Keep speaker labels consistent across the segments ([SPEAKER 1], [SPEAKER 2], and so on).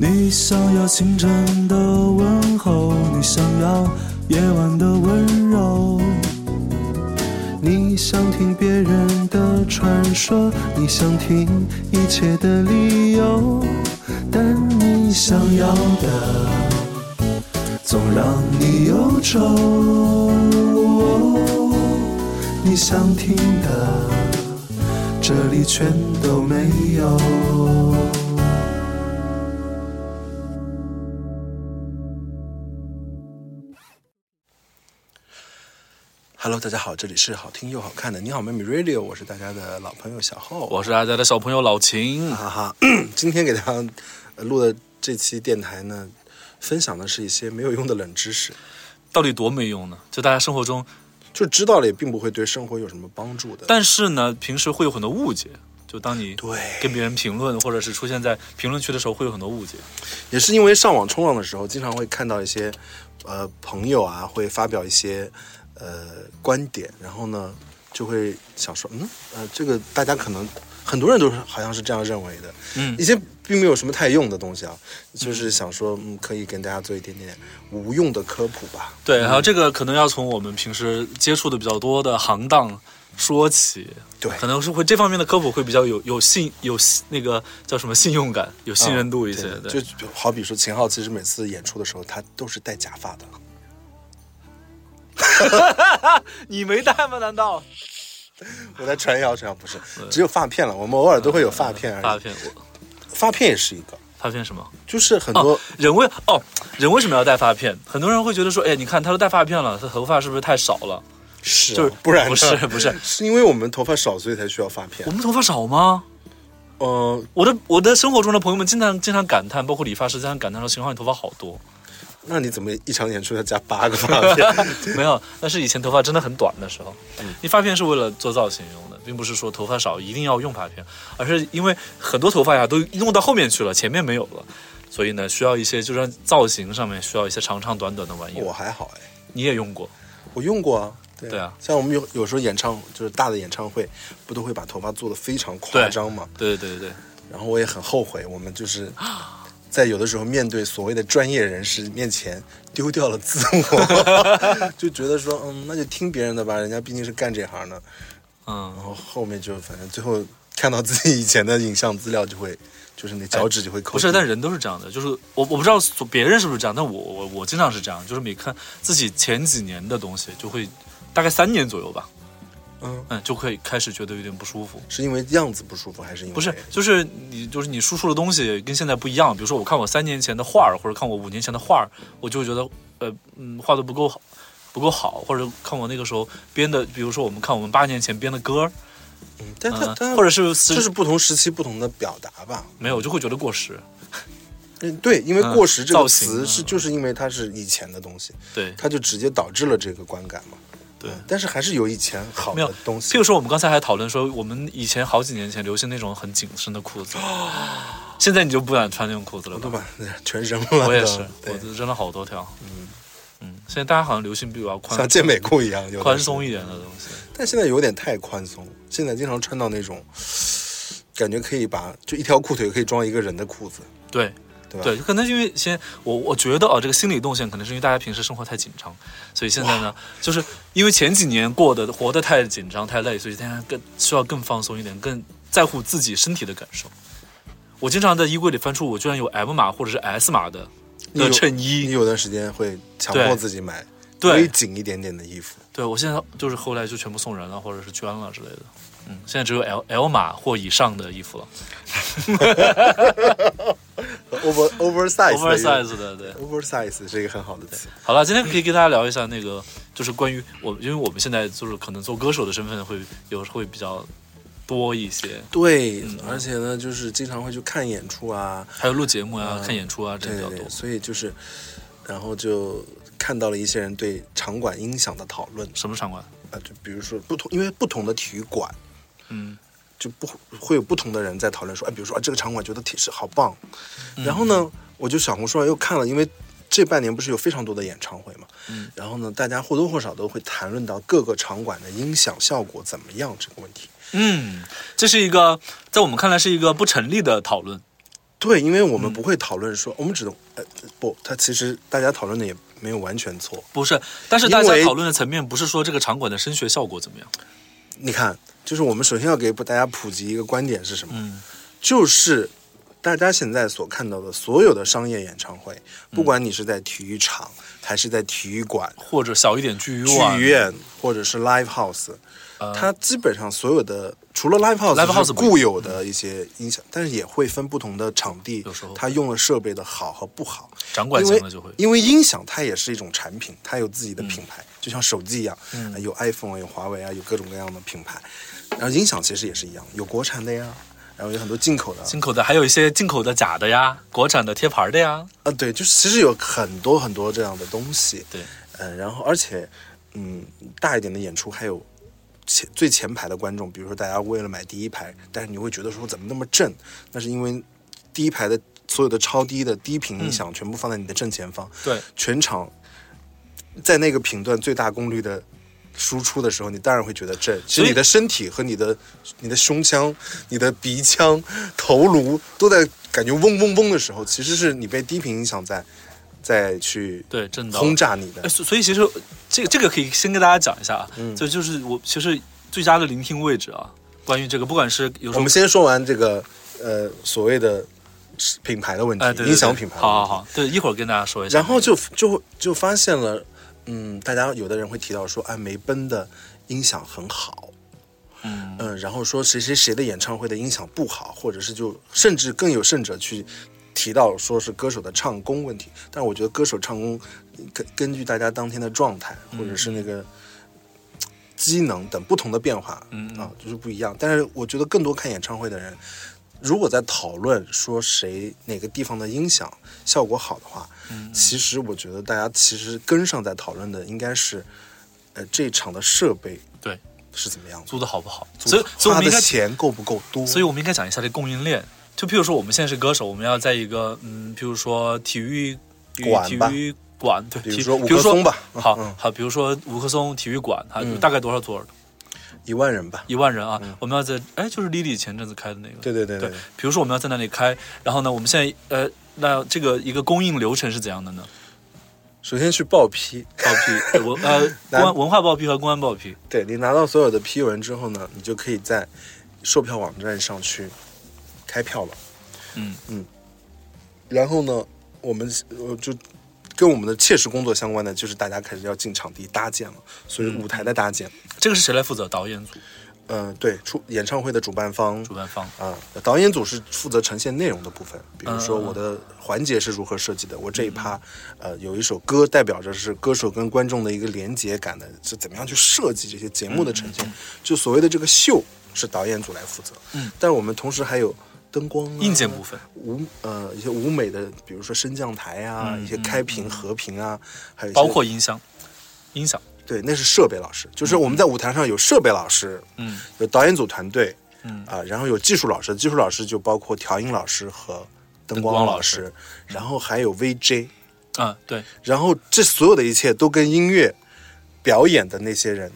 [SPEAKER 1] 你想要清晨的问候，你想要夜晚的温柔。你想听别人的传说，你想听一切的理由，但你想要的总让你忧愁。你想听的，这里全都没有。Hello，大家好，这里是好听又好看的你好妹妹 Radio，我是大家的老朋友小厚，
[SPEAKER 2] 我是大家的小朋友老秦。
[SPEAKER 1] 哈哈。今天给大家呃录的这期电台呢，分享的是一些没有用的冷知识，
[SPEAKER 2] 到底多没用呢？就大家生活中，
[SPEAKER 1] 就知道了也并不会对生活有什么帮助的。
[SPEAKER 2] 但是呢，平时会有很多误解。就当你
[SPEAKER 1] 对，
[SPEAKER 2] 跟别人评论，或者是出现在评论区的时候，会有很多误解。
[SPEAKER 1] 也是因为上网冲浪的时候，经常会看到一些呃朋友啊会发表一些呃观点，然后呢就会想说，嗯呃这个大家可能很多人都是好像是这样认为的，
[SPEAKER 2] 嗯
[SPEAKER 1] 一些并没有什么太用的东西啊，就是想说，嗯，可以跟大家做一点点无用的科普吧。
[SPEAKER 2] 对，然后这个可能要从我们平时接触的比较多的行当说起，
[SPEAKER 1] 对，
[SPEAKER 2] 可能是会这方面的科普会比较有有信有信那个叫什么信用感，有信任度一些。
[SPEAKER 1] 嗯
[SPEAKER 2] 对
[SPEAKER 1] 对就就好比说秦昊，其实每次演出的时候，他都是戴假发 的。
[SPEAKER 2] 你没带吗？难道
[SPEAKER 1] 我在传谣身上不是，只有发片了。我们偶尔都会有发片而
[SPEAKER 2] 发
[SPEAKER 1] 已，
[SPEAKER 2] 片？我
[SPEAKER 1] 发片也是一个，
[SPEAKER 2] 发片什么？
[SPEAKER 1] 就是很
[SPEAKER 2] 哦
[SPEAKER 1] 多，
[SPEAKER 2] 人为哦，人为什么要戴发片？很多人会觉得说，哎，你看他都戴发片了，他头发是不是太少了？
[SPEAKER 1] 是啊，
[SPEAKER 2] 就是
[SPEAKER 1] 不然呢
[SPEAKER 2] 不是不是，
[SPEAKER 1] 是因为我们头发少，所以才需要发片
[SPEAKER 2] 我。们头发少吗？
[SPEAKER 1] 呃，
[SPEAKER 2] 我的我的生活中的朋友们经常经常感叹，包括理发师经常感叹说：“秦昊，你头发好 多。
[SPEAKER 1] 那你怎么一场演出要加八个发 片？”
[SPEAKER 2] 没有，那是以前头发真的很短的时候。
[SPEAKER 1] 嗯
[SPEAKER 2] 你发片是为了做造型用的，并不是说头发少一定要用发片，而是因为很多头发呀都弄到后面去了，前面没有了，所以呢需要一些就是造型上面需要一些长长短短的玩意儿。
[SPEAKER 1] 我还好哎。
[SPEAKER 2] 你也用过，
[SPEAKER 1] 我用过啊，对
[SPEAKER 2] 对啊
[SPEAKER 1] 像我们有有时候演唱就是大的演唱会，不都会把头发做的非常夸张嘛？
[SPEAKER 2] 对对对对，
[SPEAKER 1] 然后我也很后悔，我 们就是在有的时候面对所谓的专业人士面前丢掉了自我， 就觉得说嗯，那就听别人的吧，人家毕竟是干这行的。
[SPEAKER 2] 嗯
[SPEAKER 1] 然，后后面就反正最后看到自己以前的影像资料，就会就是你脚趾就会抠地。
[SPEAKER 2] 哎不是，但人都是这样的，就是我我不知道别人是不是这样，但我我我经常是这样，就是每看自己前几年的东西，就会大概三年左右吧，
[SPEAKER 1] 嗯，
[SPEAKER 2] 嗯，就可以开始觉得有点不舒服。
[SPEAKER 1] 是因为样子不舒服，还是因为
[SPEAKER 2] 不是，就是你，就是你输出的东西跟现在不一样。比如说，我看我三年前的画儿，或者看我五年前的画儿，我就会觉得，呃，嗯，画的不够好，不够好，或者看我那个时候编的，比如说我们看我们八年前编的歌儿，
[SPEAKER 1] 嗯，但他
[SPEAKER 2] 嗯、
[SPEAKER 1] 他
[SPEAKER 2] 或者是是
[SPEAKER 1] 就是不同时期不同的表达吧。
[SPEAKER 2] 没有，就会觉得过时。
[SPEAKER 1] 嗯，对，因为
[SPEAKER 2] 嗯
[SPEAKER 1] 过时这个
[SPEAKER 2] 造型
[SPEAKER 1] 词是
[SPEAKER 2] 嗯
[SPEAKER 1] 就是因为它是以前的东西，
[SPEAKER 2] 对
[SPEAKER 1] 它就直接导致了这个观感嘛。
[SPEAKER 2] 对。
[SPEAKER 1] 嗯但是还是有以前好
[SPEAKER 2] 没
[SPEAKER 1] 的
[SPEAKER 2] 有
[SPEAKER 1] 东
[SPEAKER 2] 譬
[SPEAKER 1] 西
[SPEAKER 2] 如。说，我们刚才还讨论说，我们以前好几年前流行那种很紧身的裤子，现在你就不敢穿那种裤子了
[SPEAKER 1] 对
[SPEAKER 2] 吧？
[SPEAKER 1] 吧？ 全扔了。
[SPEAKER 2] 我也是，
[SPEAKER 1] 对
[SPEAKER 2] 我就扔了好多条。嗯嗯，现在大家好像流行比较宽
[SPEAKER 1] 像健美裤一样，有的
[SPEAKER 2] 宽
[SPEAKER 1] 是
[SPEAKER 2] 松一点的东西。
[SPEAKER 1] 但现在有点太宽松，现在经常穿到那种，感觉可以把就一条裤腿可以装一个人的裤子，
[SPEAKER 2] 对
[SPEAKER 1] 对吧？
[SPEAKER 2] 对，可能是因为先我我觉得啊，这个心理动线可能是因为大家平时生活太紧张，所以现在呢，就是因为前几年过得活得太紧张太累，所以大家更需要更放松一点，更在乎自己身体的感受。我经常在衣柜里翻出我居然有 M 码或者是 S 码的
[SPEAKER 1] 你有
[SPEAKER 2] 的衬
[SPEAKER 1] 你
[SPEAKER 2] 衣，
[SPEAKER 1] 有段时间会强迫
[SPEAKER 2] 对
[SPEAKER 1] 自己买微
[SPEAKER 2] 对
[SPEAKER 1] 紧一点点 的衣服，
[SPEAKER 2] 对，我现在就是后来就全部送人了或者是捐了之类的。嗯，现在只有 L L 码或以上的衣服了
[SPEAKER 1] over oversize 的衣服
[SPEAKER 2] ，oversize 的对。
[SPEAKER 1] oversize 是一个很好的词。
[SPEAKER 2] 好了，今天可以跟大家聊一下那个，就是关于我，因为我们现在就是可能做歌手的身份会有会比较多一些，
[SPEAKER 1] 对，
[SPEAKER 2] 嗯
[SPEAKER 1] 而且呢，就是经常会去看演出啊，
[SPEAKER 2] 还有录节目啊、
[SPEAKER 1] 嗯
[SPEAKER 2] 看演出啊，这
[SPEAKER 1] 对
[SPEAKER 2] 些比较
[SPEAKER 1] 对对，
[SPEAKER 2] 多。
[SPEAKER 1] 所以就是，然后就看到了一些人对场馆音响的讨论
[SPEAKER 2] 什么场馆？
[SPEAKER 1] 啊，就比如说不同，因为不同的体育馆
[SPEAKER 2] 嗯，
[SPEAKER 1] 就不会有不同的人在讨论说，哎，比如说啊，这个场馆觉得挺是好棒，
[SPEAKER 2] 嗯
[SPEAKER 1] 然后呢，我就小红书上又看了，因为。这半年不是有非常多的演唱会嘛，
[SPEAKER 2] 嗯
[SPEAKER 1] 然后呢，大家或多或少都会谈论到各个场馆的音响效果怎么样这个问题。
[SPEAKER 2] 嗯，这是一个在我们看来是一个不成立的讨论，
[SPEAKER 1] 对，因为我们不会讨论说，我们只能呃不，他其实大家讨论的也没有完全错。
[SPEAKER 2] 不是，但是大
[SPEAKER 1] 因
[SPEAKER 2] 家
[SPEAKER 1] 为
[SPEAKER 2] 讨论的层面不是说这个场馆的声学效果怎么样，
[SPEAKER 1] 你看，就是我们首先要给大家普及一个观点是什么，
[SPEAKER 2] 嗯
[SPEAKER 1] 就是大家现在所看到的所有的商业演唱会，
[SPEAKER 2] 嗯
[SPEAKER 1] 不管你是在体育场还是在体育馆、
[SPEAKER 2] 或者小一点剧
[SPEAKER 1] 剧
[SPEAKER 2] 院，
[SPEAKER 1] 院或者是 live house，、它基本上所有的除了 live house
[SPEAKER 2] 呃 live house
[SPEAKER 1] 是
[SPEAKER 2] 不一样嗯
[SPEAKER 1] 固有的一些音响，但是也会分不同的场地
[SPEAKER 2] 有时候，
[SPEAKER 1] 它用了设备的好和不好。
[SPEAKER 2] 掌管
[SPEAKER 1] 因
[SPEAKER 2] 型
[SPEAKER 1] 为
[SPEAKER 2] 的就会嗯
[SPEAKER 1] 因为音响它也是一种产品，它有自己的品牌，就像手机一样，啊有 iPhone 啊，有华为啊，有各种各样的品牌。然后音响其实也是一样，有国产的呀，然后有很多进口的啊，
[SPEAKER 2] 进口的还有一些进口的假的呀，国产的贴牌的呀，
[SPEAKER 1] 啊，对，就是其实有很多很多这样的东西。
[SPEAKER 2] 对，
[SPEAKER 1] 嗯，然后而且，嗯，大一点的演出还有前最前排的观众，比如说大家为了买第一排，但是你会觉得说怎么那么正？那是因为第一排的所有的超低的低频音
[SPEAKER 2] 嗯
[SPEAKER 1] 响全部放在你的正前方，
[SPEAKER 2] 对，
[SPEAKER 1] 全场在那个频段最大功率的。输出的时候，你当然会觉得正。其
[SPEAKER 2] 所以
[SPEAKER 1] 实你的身体和你的、你的胸腔、你的鼻腔、头颅都在感觉嗡嗡嗡的时候，其实是你被低频音响在在去
[SPEAKER 2] 对震到了
[SPEAKER 1] 轰炸你的
[SPEAKER 2] 哎，。所所以其实这个这个可以先跟大家讲一下啊，
[SPEAKER 1] 嗯
[SPEAKER 2] 就就是我其实最佳的聆听位置啊，关于这个不管是有时
[SPEAKER 1] 我
[SPEAKER 2] 候
[SPEAKER 1] 们先说完这个呃所谓的品牌的问题，
[SPEAKER 2] 哎对
[SPEAKER 1] 音响品牌的问题
[SPEAKER 2] 好好好，对，一会儿跟大家说一下。
[SPEAKER 1] 然后就就就发现了，嗯，大家有的人会提到说，哎，梅奔的音响很好，
[SPEAKER 2] 嗯
[SPEAKER 1] 嗯，然后说谁谁谁的演唱会的音响不好，或者是就甚至更有甚者去提到说是歌手的唱功问题。但是我觉得歌手唱功根根据大家当天的状态或者是那个机能等不同的变化，
[SPEAKER 2] 嗯
[SPEAKER 1] 啊，就是不一样。但是我觉得更多看演唱会的人，如果在讨论说谁哪个地方的音响效果好的话，
[SPEAKER 2] 嗯
[SPEAKER 1] 其实我觉得大家其实跟上在讨论的应该是，呃，这场的设备
[SPEAKER 2] 对
[SPEAKER 1] 是怎么样的。
[SPEAKER 2] 租的好不好？
[SPEAKER 1] 所
[SPEAKER 2] 所
[SPEAKER 1] 以
[SPEAKER 2] 以，所以我
[SPEAKER 1] 花
[SPEAKER 2] 们应
[SPEAKER 1] 的
[SPEAKER 2] 该
[SPEAKER 1] 钱够不够多？
[SPEAKER 2] 所以我们应该讲一下这供应链。就譬如说，我们现在是歌手，我们要在一个嗯，譬如说体育体育
[SPEAKER 1] 馆
[SPEAKER 2] 体
[SPEAKER 1] 吧
[SPEAKER 2] 育馆，对，
[SPEAKER 1] 比如
[SPEAKER 2] 体
[SPEAKER 1] 说五
[SPEAKER 2] 比如
[SPEAKER 1] 棵
[SPEAKER 2] 说
[SPEAKER 1] 松吧嗯
[SPEAKER 2] 好、
[SPEAKER 1] 嗯
[SPEAKER 2] 好，比如说五棵松体育馆，它有大概多少座儿？
[SPEAKER 1] 一万人吧。
[SPEAKER 2] 一万人啊！
[SPEAKER 1] 嗯
[SPEAKER 2] 我们要在哎，就是 Lily 前阵子开的那个，
[SPEAKER 1] 对对对
[SPEAKER 2] 对
[SPEAKER 1] 对，
[SPEAKER 2] 比如说我们要在那里开，然后呢，我们现在呃，那这个一个供应流程是怎样的呢？
[SPEAKER 1] 首先去报批，
[SPEAKER 2] 报批，对文呃
[SPEAKER 1] 那
[SPEAKER 2] 公安文化报批和公安报批，
[SPEAKER 1] 对你拿到所有的批文之后呢，你就可以在售票网站上去开票了。
[SPEAKER 2] 嗯
[SPEAKER 1] 然后呢，我们呃就跟我们的切实工作相关的，就是大家开始要进场地搭建了，所以
[SPEAKER 2] 嗯
[SPEAKER 1] 舞台的搭建，
[SPEAKER 2] 这个是谁来负责？导演组、
[SPEAKER 1] 嗯、对，出演唱会的主办方
[SPEAKER 2] 主办方。
[SPEAKER 1] 啊，导演组是负责呈现内容的部分，比如
[SPEAKER 2] 嗯
[SPEAKER 1] 说
[SPEAKER 2] 嗯嗯嗯
[SPEAKER 1] 我的环节是如何设计的，我这一趴，呃，有一首歌代表着是歌手跟观众的一个连接感的，是怎么样去设计这些节目的呈现，就所谓的这个秀是导演组来负责，
[SPEAKER 2] 嗯，
[SPEAKER 1] 但我们同时还有灯光、啊、
[SPEAKER 2] 硬件部分，
[SPEAKER 1] 舞呃一些舞美的，比如说升降台啊，
[SPEAKER 2] 嗯
[SPEAKER 1] 一些开屏、合屏啊，还有一些
[SPEAKER 2] 包括音箱，音响，
[SPEAKER 1] 对，那是设备老师，就是我们在舞台上有设备老师，
[SPEAKER 2] 嗯，
[SPEAKER 1] 有导演组团队，
[SPEAKER 2] 嗯
[SPEAKER 1] 啊，然后有技术老师，技术老师就包括调音老师和灯
[SPEAKER 2] 灯光
[SPEAKER 1] 老
[SPEAKER 2] 老师
[SPEAKER 1] 然后还有 VJ，
[SPEAKER 2] 啊，对，
[SPEAKER 1] 然后这所有的一切都跟音乐表演的那些人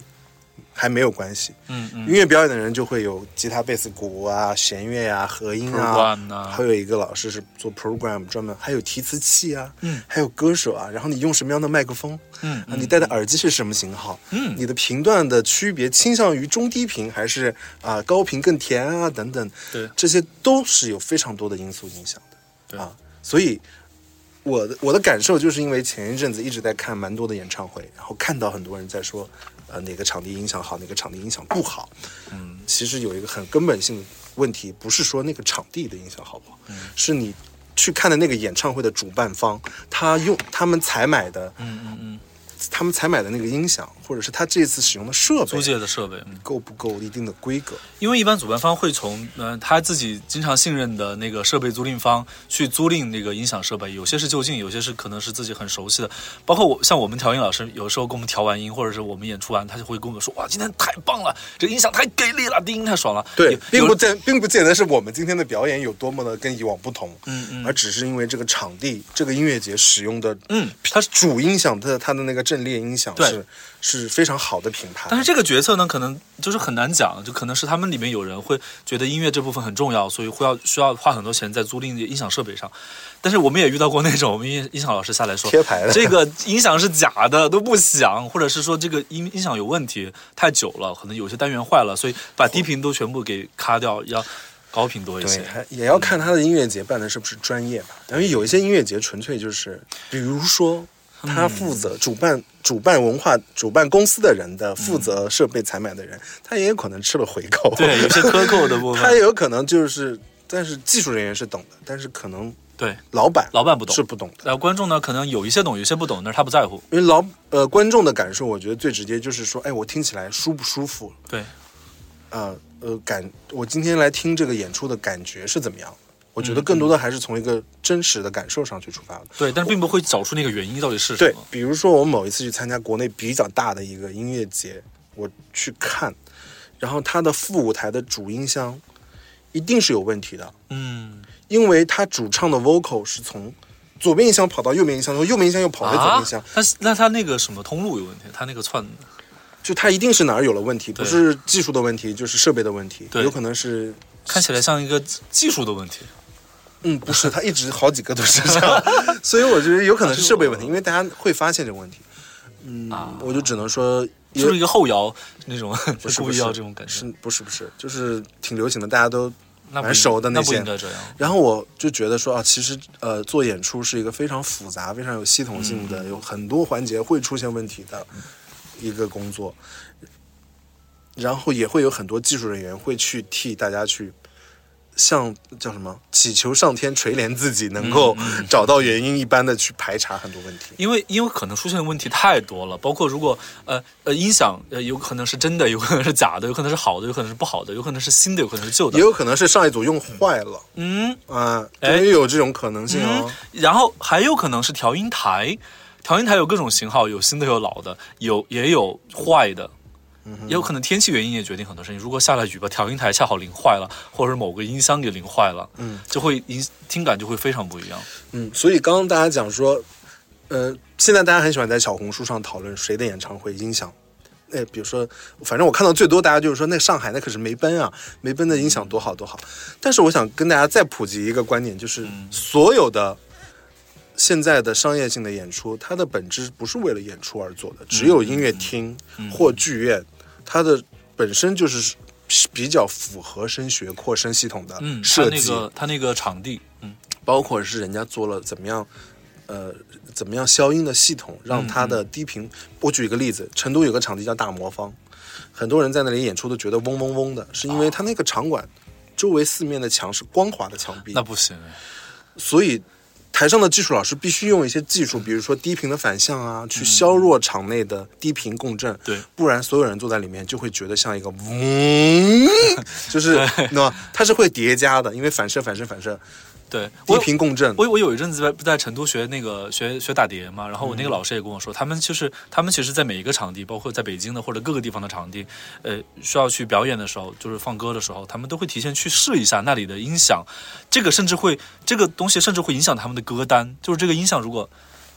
[SPEAKER 1] 还没有关系。
[SPEAKER 2] 嗯嗯
[SPEAKER 1] 音乐表演的人就会有吉他、贝斯、鼓啊、弦乐啊、和音啊
[SPEAKER 2] Program 啊
[SPEAKER 1] 还有一个老师是做 program 专门，还有提词器啊，
[SPEAKER 2] 嗯
[SPEAKER 1] 还有歌手啊，然后你用什么样的麦克风，
[SPEAKER 2] 嗯
[SPEAKER 1] 啊，你戴的耳机是什么型号，
[SPEAKER 2] 嗯
[SPEAKER 1] 你的频段的区别倾向于中低频还是啊、高频更甜啊等等，
[SPEAKER 2] 对
[SPEAKER 1] 这些都是有非常多的因素影响的，
[SPEAKER 2] 对
[SPEAKER 1] 啊，所以我的我的感受就是因为前一阵子一直在看蛮多的演唱会，然后看到很多人在说，呃，哪个场地音响好，哪个场地音响不好。嗯，其实有一个很根本性的问题，不是说那个场地的音响好不好，是你去看的那个演唱会的主办方，他用他们采买的，嗯嗯嗯，他们采买的那个音响，或者是他这次使用的设备
[SPEAKER 2] 租借的设备，嗯，
[SPEAKER 1] 够不够一定的规格。
[SPEAKER 2] 因为一般主办方会从呃他自己经常信任的那个设备租赁方去租赁那个音响设备，有些是就近，有些是可能是自己很熟悉的。包括我像我们调音老师，有时候给我们调完音，或者是我们演出完，他就会跟我们说：“哇，今天太棒了，这个音响太给力了，低音太爽了。有”
[SPEAKER 1] 对，并不
[SPEAKER 2] 有
[SPEAKER 1] 见并不见得是我们今天的表演有多么的跟以往不同，
[SPEAKER 2] 嗯嗯
[SPEAKER 1] 而只是因为这个场地、这个音乐节使用的，
[SPEAKER 2] 嗯
[SPEAKER 1] 它主音响它的它的那个阵列音响
[SPEAKER 2] 对
[SPEAKER 1] 是是非常好的品牌。
[SPEAKER 2] 但是这个决策呢，可能就是很难讲，就可能是他们里面有人会觉得音乐这部分很重要，所以会要需要花很多钱在租赁音响设备上。但是我们也遇到过那种，我们音音响老师下来说，
[SPEAKER 1] 贴牌的
[SPEAKER 2] 这个音响是假的，都不响，或者是说这个音音响有问题，太久了，可能有些单元坏了，所以把低频都全部给卡掉，要高频多一
[SPEAKER 1] 对，
[SPEAKER 2] 些。
[SPEAKER 1] 还也要看他的音乐节办的是不是专业吧。因为有一些音乐节纯粹就是，比如说
[SPEAKER 2] 嗯
[SPEAKER 1] 他负责主办、主办文化主办公司的人
[SPEAKER 2] 嗯
[SPEAKER 1] 的负责设备采买的人，他也有可能吃了回扣。
[SPEAKER 2] 对，有些克扣的部
[SPEAKER 1] 他
[SPEAKER 2] 分，
[SPEAKER 1] 也有可能就是，但是技术人员是懂的，但是可能
[SPEAKER 2] 对。
[SPEAKER 1] 老板
[SPEAKER 2] 老板不懂
[SPEAKER 1] 是不懂的。
[SPEAKER 2] 然后观众呢，可能有一些懂，有些不懂，但是他不在乎。
[SPEAKER 1] 因为老呃观众的感受，我觉得最直接就是说，哎，我听起来舒不舒服？
[SPEAKER 2] 对，
[SPEAKER 1] 呃呃，感我今天来听这个演出的感觉是怎么样的？我觉得
[SPEAKER 2] 嗯
[SPEAKER 1] 更多的还是从一个真实的感受上去出发的。
[SPEAKER 2] 对，但是并不会找出那个原因到底是什
[SPEAKER 1] 对
[SPEAKER 2] 么。，
[SPEAKER 1] 比如说我某一次去参加国内比较大的一个音乐节，我去看，然后它的副舞台的主音箱一定是有问题的，
[SPEAKER 2] 嗯，
[SPEAKER 1] 因为它主唱的 vocal 是从左边音箱跑到右边音箱，从右边音箱又跑回左边音箱，
[SPEAKER 2] 啊。他那他那个什么通路有问题，他那个串
[SPEAKER 1] 就它一定是哪儿有了问题，不
[SPEAKER 2] 对
[SPEAKER 1] 是技术的问题，就是设备的问题，
[SPEAKER 2] 对
[SPEAKER 1] 有可能是
[SPEAKER 2] 看起来像一个技术的问题。
[SPEAKER 1] 嗯，不是，他一直好几个都是这样， 所以我觉得有可能是设备问题，因为大家会发现这个问题。嗯，
[SPEAKER 2] 啊
[SPEAKER 1] 我就只能说，
[SPEAKER 2] 是不是一个后摇那种？
[SPEAKER 1] 不是
[SPEAKER 2] 故
[SPEAKER 1] 不
[SPEAKER 2] 意
[SPEAKER 1] 是
[SPEAKER 2] 要这种感觉
[SPEAKER 1] 是？不是不是，就是挺流行的，大家都
[SPEAKER 2] 那不
[SPEAKER 1] 蛮熟的
[SPEAKER 2] 那
[SPEAKER 1] 些
[SPEAKER 2] 不应该这样。
[SPEAKER 1] 然后我就觉得说啊，其实呃，做演出是一个非常复杂、非常有系统
[SPEAKER 2] 嗯
[SPEAKER 1] 性的，有很多环节会出现问题的一个工作，然后也会有很多技术人员会去替大家去。向叫什么？祈求上天垂怜自己，能够
[SPEAKER 2] 嗯
[SPEAKER 1] 找到原因一般的去排查很多问题。
[SPEAKER 2] 因为因为可能出现的问题太多了，包括如果呃呃音响呃有可能是真的，有可能是假的，有可能是好的，有可能是不好的，有可能是新的，有可能是旧
[SPEAKER 1] 也
[SPEAKER 2] 的。
[SPEAKER 1] 有可能是上一组用坏了
[SPEAKER 2] 嗯，
[SPEAKER 1] 啊，
[SPEAKER 2] 哎嗯
[SPEAKER 1] 也有这种可能性哦。
[SPEAKER 2] 然后还有可能是调音台，调音台有各种型号，有新的有老的，有也有坏的。
[SPEAKER 1] 嗯
[SPEAKER 2] 也有可能天气原因也决定很多事情。如果下了雨，把调音台恰好淋坏了，或者是某个音箱给淋坏了，
[SPEAKER 1] 嗯，
[SPEAKER 2] 就会音听感就会非常不一样。
[SPEAKER 1] 嗯，所以刚刚大家讲说，呃，现在大家很喜欢在小红书上讨论谁的演唱会音响。哎，比如说，反正我看到最多，大家就是说那上海那可是梅奔啊，梅奔的音响多好多好。但是我想跟大家再普及一个观点，就是
[SPEAKER 2] 嗯
[SPEAKER 1] 所有的现在的商业性的演出，它的本质不是为了演出而做的，只有
[SPEAKER 2] 嗯
[SPEAKER 1] 音乐厅或剧院，它的本身就是比较符合声学扩声系统的
[SPEAKER 2] 嗯，他
[SPEAKER 1] 设
[SPEAKER 2] 那
[SPEAKER 1] 计。
[SPEAKER 2] 个他那个场地，嗯，
[SPEAKER 1] 包括是人家做了怎么样，呃，怎么样消音的系统，让它
[SPEAKER 2] 嗯
[SPEAKER 1] 的低频。我举一个例子，成都有个场地叫大魔方，很多人在那里演出都觉得嗡嗡嗡的，是因为它那个场馆周围四面的墙是光滑的墙壁
[SPEAKER 2] 那，不行，
[SPEAKER 1] 所以。台上的技术老师必须用一些技
[SPEAKER 2] 嗯
[SPEAKER 1] 术，比如说低频的反向啊，去削弱场内的低频共振。
[SPEAKER 2] 嗯对
[SPEAKER 1] 不然所有人坐在里面就会觉得像一个嗡， 就是那它是会叠加的，因为反射、反射、反射，
[SPEAKER 2] 对，
[SPEAKER 1] 低
[SPEAKER 2] 我
[SPEAKER 1] 频共振。
[SPEAKER 2] 我我有一阵子在在成都学那个学学打碟嘛，然后我那
[SPEAKER 1] 嗯
[SPEAKER 2] 个老师也跟我说，他们就是他们其实，在每一个场地，包括在北京的或者各个地方的场地，呃，需要去表演的时候，就是放歌的时候，他们都会提前去试一下那里的音响，这个甚至会这个东西甚至会影响他们的歌单，就是这个音响如果。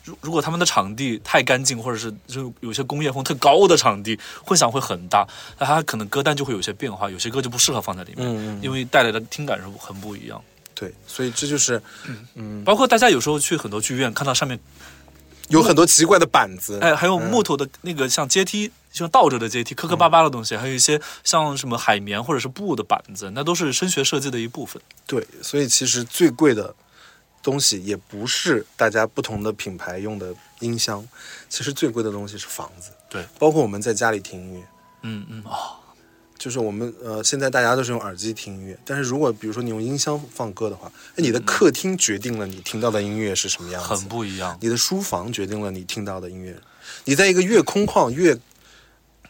[SPEAKER 2] 如如果他们的场地太干净，或者是就有些工业风特高的场地，混响会很大，那他可能歌单就会有些变化，有些歌就不适合放在里面，
[SPEAKER 1] 嗯嗯嗯
[SPEAKER 2] 因为带来的听感是很不一样。
[SPEAKER 1] 对，所以这就是
[SPEAKER 2] 包括大家有时候去很多剧院，看到上面
[SPEAKER 1] 有很多奇怪的板子，
[SPEAKER 2] 哎，还有木头的那个像阶梯，像倒着的阶梯，磕磕巴巴的东西，还有一些像什么海绵或者是布的板子，那都是声学设计的一部分。
[SPEAKER 1] 对，所以其实最贵的东西也不是大家不同的品牌用的音箱，其实最贵的东西是房子，
[SPEAKER 2] 对，
[SPEAKER 1] 包括我们在家里听音乐，
[SPEAKER 2] 嗯嗯哦，
[SPEAKER 1] 就是我们呃现在大家都是用耳机听音乐，但是如果比如说你用音箱放歌的话，哎，你的客厅决定了你听到的音乐是什么样子，
[SPEAKER 2] 嗯很不一样。
[SPEAKER 1] 你的书房决定了你听到的音乐，你在一个越空旷越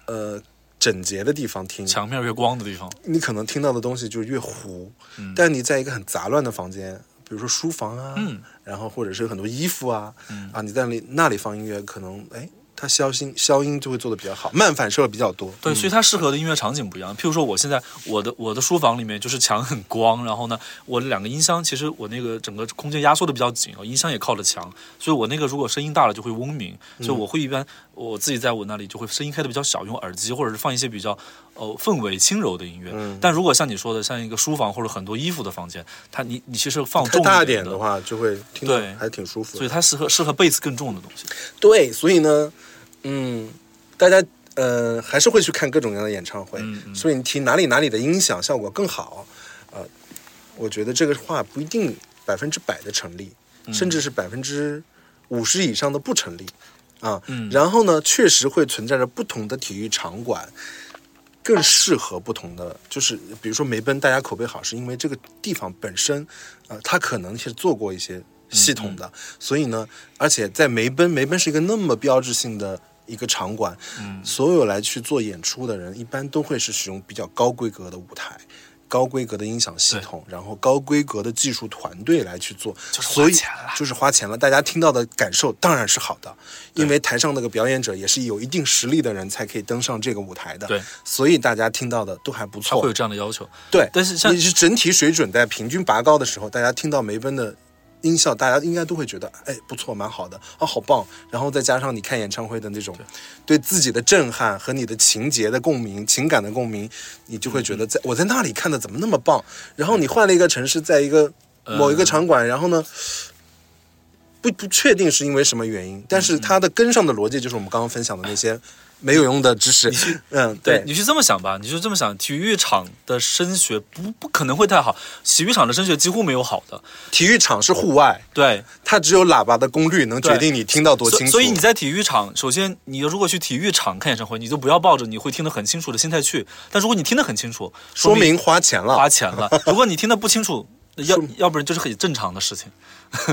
[SPEAKER 1] 呃整洁的地方听，
[SPEAKER 2] 墙面越光的地方，
[SPEAKER 1] 你可能听到的东西就越糊，但你在一个很杂乱的房间，比如说书房啊，
[SPEAKER 2] 嗯
[SPEAKER 1] 然后或者是有很多衣服啊，啊，你在那里那里放音乐，可能哎，它消音消音就会做的比较好，慢反射比较多。
[SPEAKER 2] 对，所以它适合的音乐场景不一样。譬如说，我现在我的我的书房里面就是墙很光，然后呢，我的两个音箱其实我那个整个空间压缩的比较紧，音箱也靠着墙，所以我那个如果声音大了就会嗡鸣，
[SPEAKER 1] 嗯
[SPEAKER 2] 所以我会一般我自己在我那里就会声音开的比较小，用耳机或者是放一些比较呃氛围轻柔的音乐。
[SPEAKER 1] 嗯
[SPEAKER 2] 但如果像你说的，像一个书房或者很多衣服的房间，它你你其实放
[SPEAKER 1] 开
[SPEAKER 2] 重
[SPEAKER 1] 大
[SPEAKER 2] 一
[SPEAKER 1] 一点
[SPEAKER 2] 的
[SPEAKER 1] 的，话，就会听着
[SPEAKER 2] 对
[SPEAKER 1] 还挺舒服
[SPEAKER 2] 所
[SPEAKER 1] 的。
[SPEAKER 2] 以它适合适合贝斯更重的东西。
[SPEAKER 1] 对，所以呢，嗯，大家呃还是会去看各种各样的演唱会，
[SPEAKER 2] 嗯嗯
[SPEAKER 1] 所以你听哪里哪里的音响效果更好，呃，我觉得这个话不一定百分之百的成立，
[SPEAKER 2] 嗯
[SPEAKER 1] 甚至是百分之五十以上的不成立啊。
[SPEAKER 2] 嗯
[SPEAKER 1] 然后呢，确实会存在着不同的体育场馆。更适合不同的，就是比如说梅奔，大家口碑好，是因为这个地方本身，呃，它可能是做过一些
[SPEAKER 2] 嗯
[SPEAKER 1] 系统的，所以呢，而且在梅奔，梅奔是一个那么标志性的一个场馆，
[SPEAKER 2] 嗯
[SPEAKER 1] 所有来去做演出的人，一般都会是使用比较高规格的舞台。高规格的音响系统，然后高规格的技术团队来去做，
[SPEAKER 2] 就是花
[SPEAKER 1] 所以
[SPEAKER 2] 钱了
[SPEAKER 1] 就是花钱了。大家听到的感受当然是好的，因为台上那个表演者也是有一定实力的人才可以登上这个舞台的。
[SPEAKER 2] 对，
[SPEAKER 1] 所以大家听到的都还不
[SPEAKER 2] 它
[SPEAKER 1] 错。
[SPEAKER 2] 会有这样的要求。
[SPEAKER 1] 对，
[SPEAKER 2] 但是像
[SPEAKER 1] 你是整体水准在平均拔高的时候，大家听到梅奔的音效，大家应该都会觉得，哎，不错，蛮好的，啊，好棒。然后再加上你看演唱会的那种对自己的震撼和你的情节的共鸣、情感的共鸣，你就会觉得
[SPEAKER 2] 嗯
[SPEAKER 1] 在，我在那里看的怎么那么棒？然后你换了一个城市，在一个
[SPEAKER 2] 呃
[SPEAKER 1] 某一个场馆，然后呢？不不确定是因为什么原
[SPEAKER 2] 嗯
[SPEAKER 1] 因，但是它的根上的逻辑就是我们刚刚分享的那些没有用的知识。嗯，
[SPEAKER 2] 对，你是这么想吧？你就这么想，体育场的升学不不可能会太好，体育场的升学几乎没有好的。
[SPEAKER 1] 体育场是户外，
[SPEAKER 2] 对，
[SPEAKER 1] 它只有喇叭的功率能决定你听到多
[SPEAKER 2] 所
[SPEAKER 1] 清楚。
[SPEAKER 2] 所以你在体育场，首先你如果去体育场看演唱会，你就不要抱着你会听得很清楚的心态去。但如果你听得很清楚，
[SPEAKER 1] 说
[SPEAKER 2] 明
[SPEAKER 1] 明花钱
[SPEAKER 2] 花
[SPEAKER 1] 了，
[SPEAKER 2] 钱 了；如果你听得不清楚，要要不然就是很正常的事情。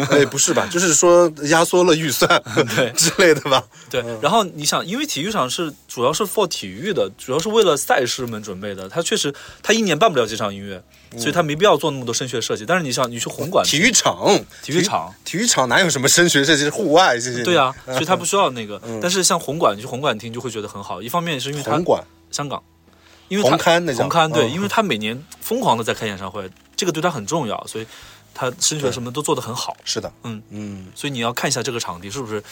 [SPEAKER 1] 哎，不是吧？就是说压缩了预算
[SPEAKER 2] 对
[SPEAKER 1] 之类的吧？
[SPEAKER 2] 对，然后你想，因为体育场是主要是 for 体育的，主要是为了赛事们准备的。他确实，他一年办不了几场音乐，所以他没必要做那么多升学设计。但是你想，你去红馆
[SPEAKER 1] 嗯体育场，
[SPEAKER 2] 体育场
[SPEAKER 1] 体，体育场哪有什么升学设计？是户外，谢谢你。
[SPEAKER 2] 对 啊，所以他不需要那个。
[SPEAKER 1] 嗯
[SPEAKER 2] 但是像红馆，你去红馆听就会觉得很好。一方面是因为它
[SPEAKER 1] 红馆
[SPEAKER 2] 香港，因为它
[SPEAKER 1] 红磡那叫
[SPEAKER 2] 红磡对，
[SPEAKER 1] 嗯
[SPEAKER 2] 因为他每年疯狂的在开演唱会，这个对他很重要，所以他升学什么都做得很好。
[SPEAKER 1] 是的，
[SPEAKER 2] 嗯
[SPEAKER 1] 嗯，
[SPEAKER 2] 所以你要看一下这个场地是不是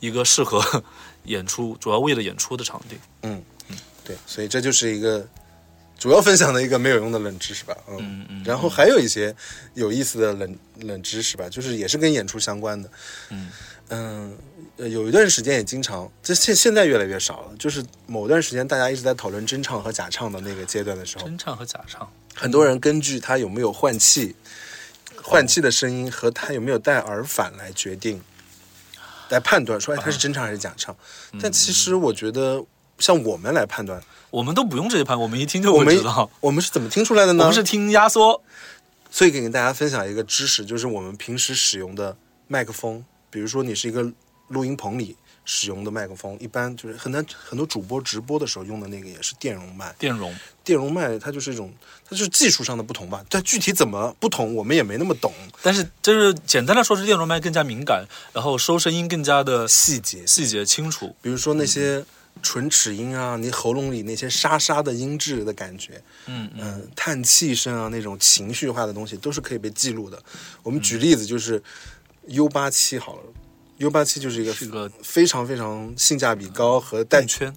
[SPEAKER 2] 一个适合 演出，主要为了演出的场地。
[SPEAKER 1] 对，所以这就是一个主要分享的一个没有用的冷知识吧？嗯
[SPEAKER 2] 嗯嗯
[SPEAKER 1] 然后还有一些有意思的冷冷知识吧，就是也是跟演出相关的。
[SPEAKER 2] 嗯
[SPEAKER 1] 嗯，呃有一段时间也经常，这现现在越来越少了。就是某段时间大家一直在讨论真唱和假唱的那个阶段的时候，
[SPEAKER 2] 真唱和假唱，
[SPEAKER 1] 很多人根据他有没有换气，换气的声音和他有没有戴耳返来决定，来判断说，哎，
[SPEAKER 2] 啊
[SPEAKER 1] 他是真唱还是假唱。
[SPEAKER 2] 嗯
[SPEAKER 1] 但其实我觉得，像我们来判断，
[SPEAKER 2] 我们都不用这些盘，我们一听就
[SPEAKER 1] 我
[SPEAKER 2] 会
[SPEAKER 1] 们
[SPEAKER 2] 知道。
[SPEAKER 1] 我们是怎么听出来的
[SPEAKER 2] 我
[SPEAKER 1] 呢？
[SPEAKER 2] 们是听压缩，
[SPEAKER 1] 所以给大家分享一个知识，就是我们平时使用的麦克风，比如说你是一个录音棚里使用的麦克风，一般就是很难很多主播直播的时候用的那个也是电容麦。
[SPEAKER 2] 电容，
[SPEAKER 1] 电容麦它就是一种，它就是技术上的不同吧，但具体怎么不同我们也没那么懂。
[SPEAKER 2] 但是就是简单的说，是电容麦更加敏感，然后收声音更加的
[SPEAKER 1] 细节，
[SPEAKER 2] 细节清楚。
[SPEAKER 1] 比如说那些唇齿音啊，你喉咙里那些沙沙的音质的感觉，
[SPEAKER 2] 嗯
[SPEAKER 1] 嗯、叹气声啊，那种情绪化的东西都是可以被记录的。我
[SPEAKER 2] 嗯
[SPEAKER 1] 们举例子就是 U 八七好了，U 八七就是一个
[SPEAKER 2] 是个嗯
[SPEAKER 1] 非常非常性价比高和带
[SPEAKER 2] 动圈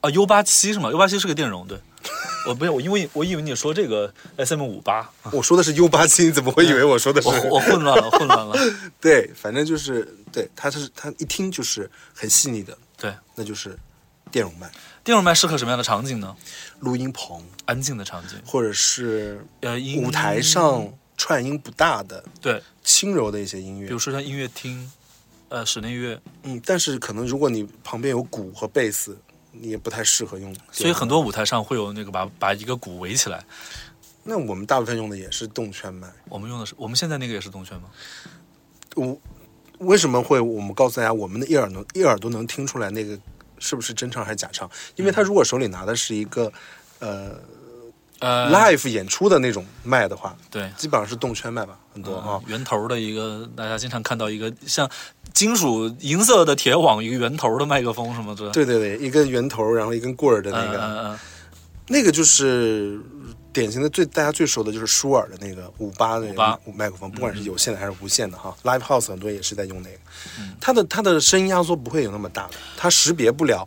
[SPEAKER 2] 啊，U 八七是吗？U 八七是个电容，对。 我不是我，因为我以为你说这个 SM 五八，
[SPEAKER 1] 我说的是 U 八七，你怎么会以为我说的是
[SPEAKER 2] 我？我混乱了，混乱了。
[SPEAKER 1] 对，反正就是对，它是它一听就是很细腻的，
[SPEAKER 2] 对，
[SPEAKER 1] 那就是电容麦、
[SPEAKER 2] 电容麦适合什么样的场景呢？
[SPEAKER 1] 录音棚
[SPEAKER 2] 安静的场景，
[SPEAKER 1] 或者是
[SPEAKER 2] 呃，音
[SPEAKER 1] 舞台上串音不大的。
[SPEAKER 2] 对，
[SPEAKER 1] 轻柔的一些音乐
[SPEAKER 2] 比如，说像音乐厅，呃，室内乐，
[SPEAKER 1] 嗯，但是可能如果你旁边有鼓和贝斯，你也不太适合用。
[SPEAKER 2] 所以很多舞台上会有那个把把一个鼓围起来。
[SPEAKER 1] 那我们大部分用的也是动圈麦。
[SPEAKER 2] 我们用的是我们现在那个也是动圈吗？
[SPEAKER 1] 我为什么会我们告诉大家，我们的一耳能一耳朵能听出来那
[SPEAKER 2] 嗯
[SPEAKER 1] 个是不是真唱还是假唱？因为他如果手里拿的是一个呃
[SPEAKER 2] 呃
[SPEAKER 1] live 演出的那种卖的话，
[SPEAKER 2] 对，
[SPEAKER 1] 基本上是动圈卖吧，很多啊
[SPEAKER 2] 嗯。圆头的一个，大家经常看到一个像金属银色的铁网，一个圆头的麦克风什么的。，
[SPEAKER 1] 对对对，一根圆头，然后一根棍儿的那
[SPEAKER 2] 嗯
[SPEAKER 1] 个，
[SPEAKER 2] 嗯嗯，
[SPEAKER 1] 那个就是呃典型的最大家最熟的就是舒尔的那个五八的
[SPEAKER 2] 58
[SPEAKER 1] 麦克风，不管
[SPEAKER 2] 嗯
[SPEAKER 1] 是有线的还是无线的哈、l i v e house 很多也是在用那个，
[SPEAKER 2] 嗯
[SPEAKER 1] 它的它的声音压缩不会有那么大的，它识别不了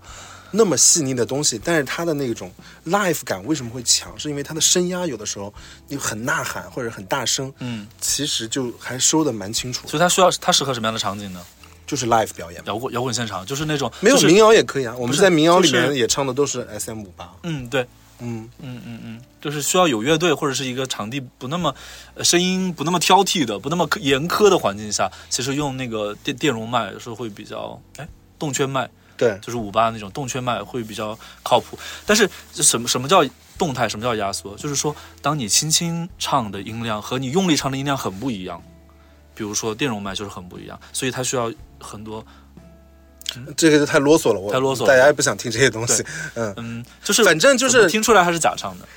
[SPEAKER 1] 那么细腻的东西，但是它的那种 live 感为什么会强？是因为它的声压有的时候你很呐喊或者很大声，
[SPEAKER 2] 嗯，
[SPEAKER 1] 其实就还收的蛮清楚的，
[SPEAKER 2] 所以它需要它适合什么样的场景呢？
[SPEAKER 1] 就是 live 表演嘛。
[SPEAKER 2] 摇滚摇滚现场就是那种
[SPEAKER 1] 没有
[SPEAKER 2] 就是
[SPEAKER 1] 民谣也可以啊，我们
[SPEAKER 2] 是
[SPEAKER 1] 在民谣里
[SPEAKER 2] 就
[SPEAKER 1] 面
[SPEAKER 2] 是
[SPEAKER 1] 也唱的都是 S M 五八，
[SPEAKER 2] 嗯，对，
[SPEAKER 1] 嗯，
[SPEAKER 2] 嗯嗯嗯，就是需要有乐队或者是一个场地不那么呃声音不那么挑剔的、不那么严苛的环境下，其实用那个电电容麦是会比较哎动圈麦，
[SPEAKER 1] 对，
[SPEAKER 2] 就是五八那种动圈麦会比较靠谱。但是这什么什么叫动态，什么叫压缩？就是说，当你轻轻唱的音量和你用力唱的音量很不一样。比如说电容麦就是很不一样，所以它需要很多，
[SPEAKER 1] 这个就太啰嗦了，我
[SPEAKER 2] 太啰嗦了
[SPEAKER 1] 大家也不想听这些东西
[SPEAKER 2] 对。
[SPEAKER 1] 嗯，
[SPEAKER 2] 嗯，就是
[SPEAKER 1] 反正就是
[SPEAKER 2] 我们听出来它是假唱的，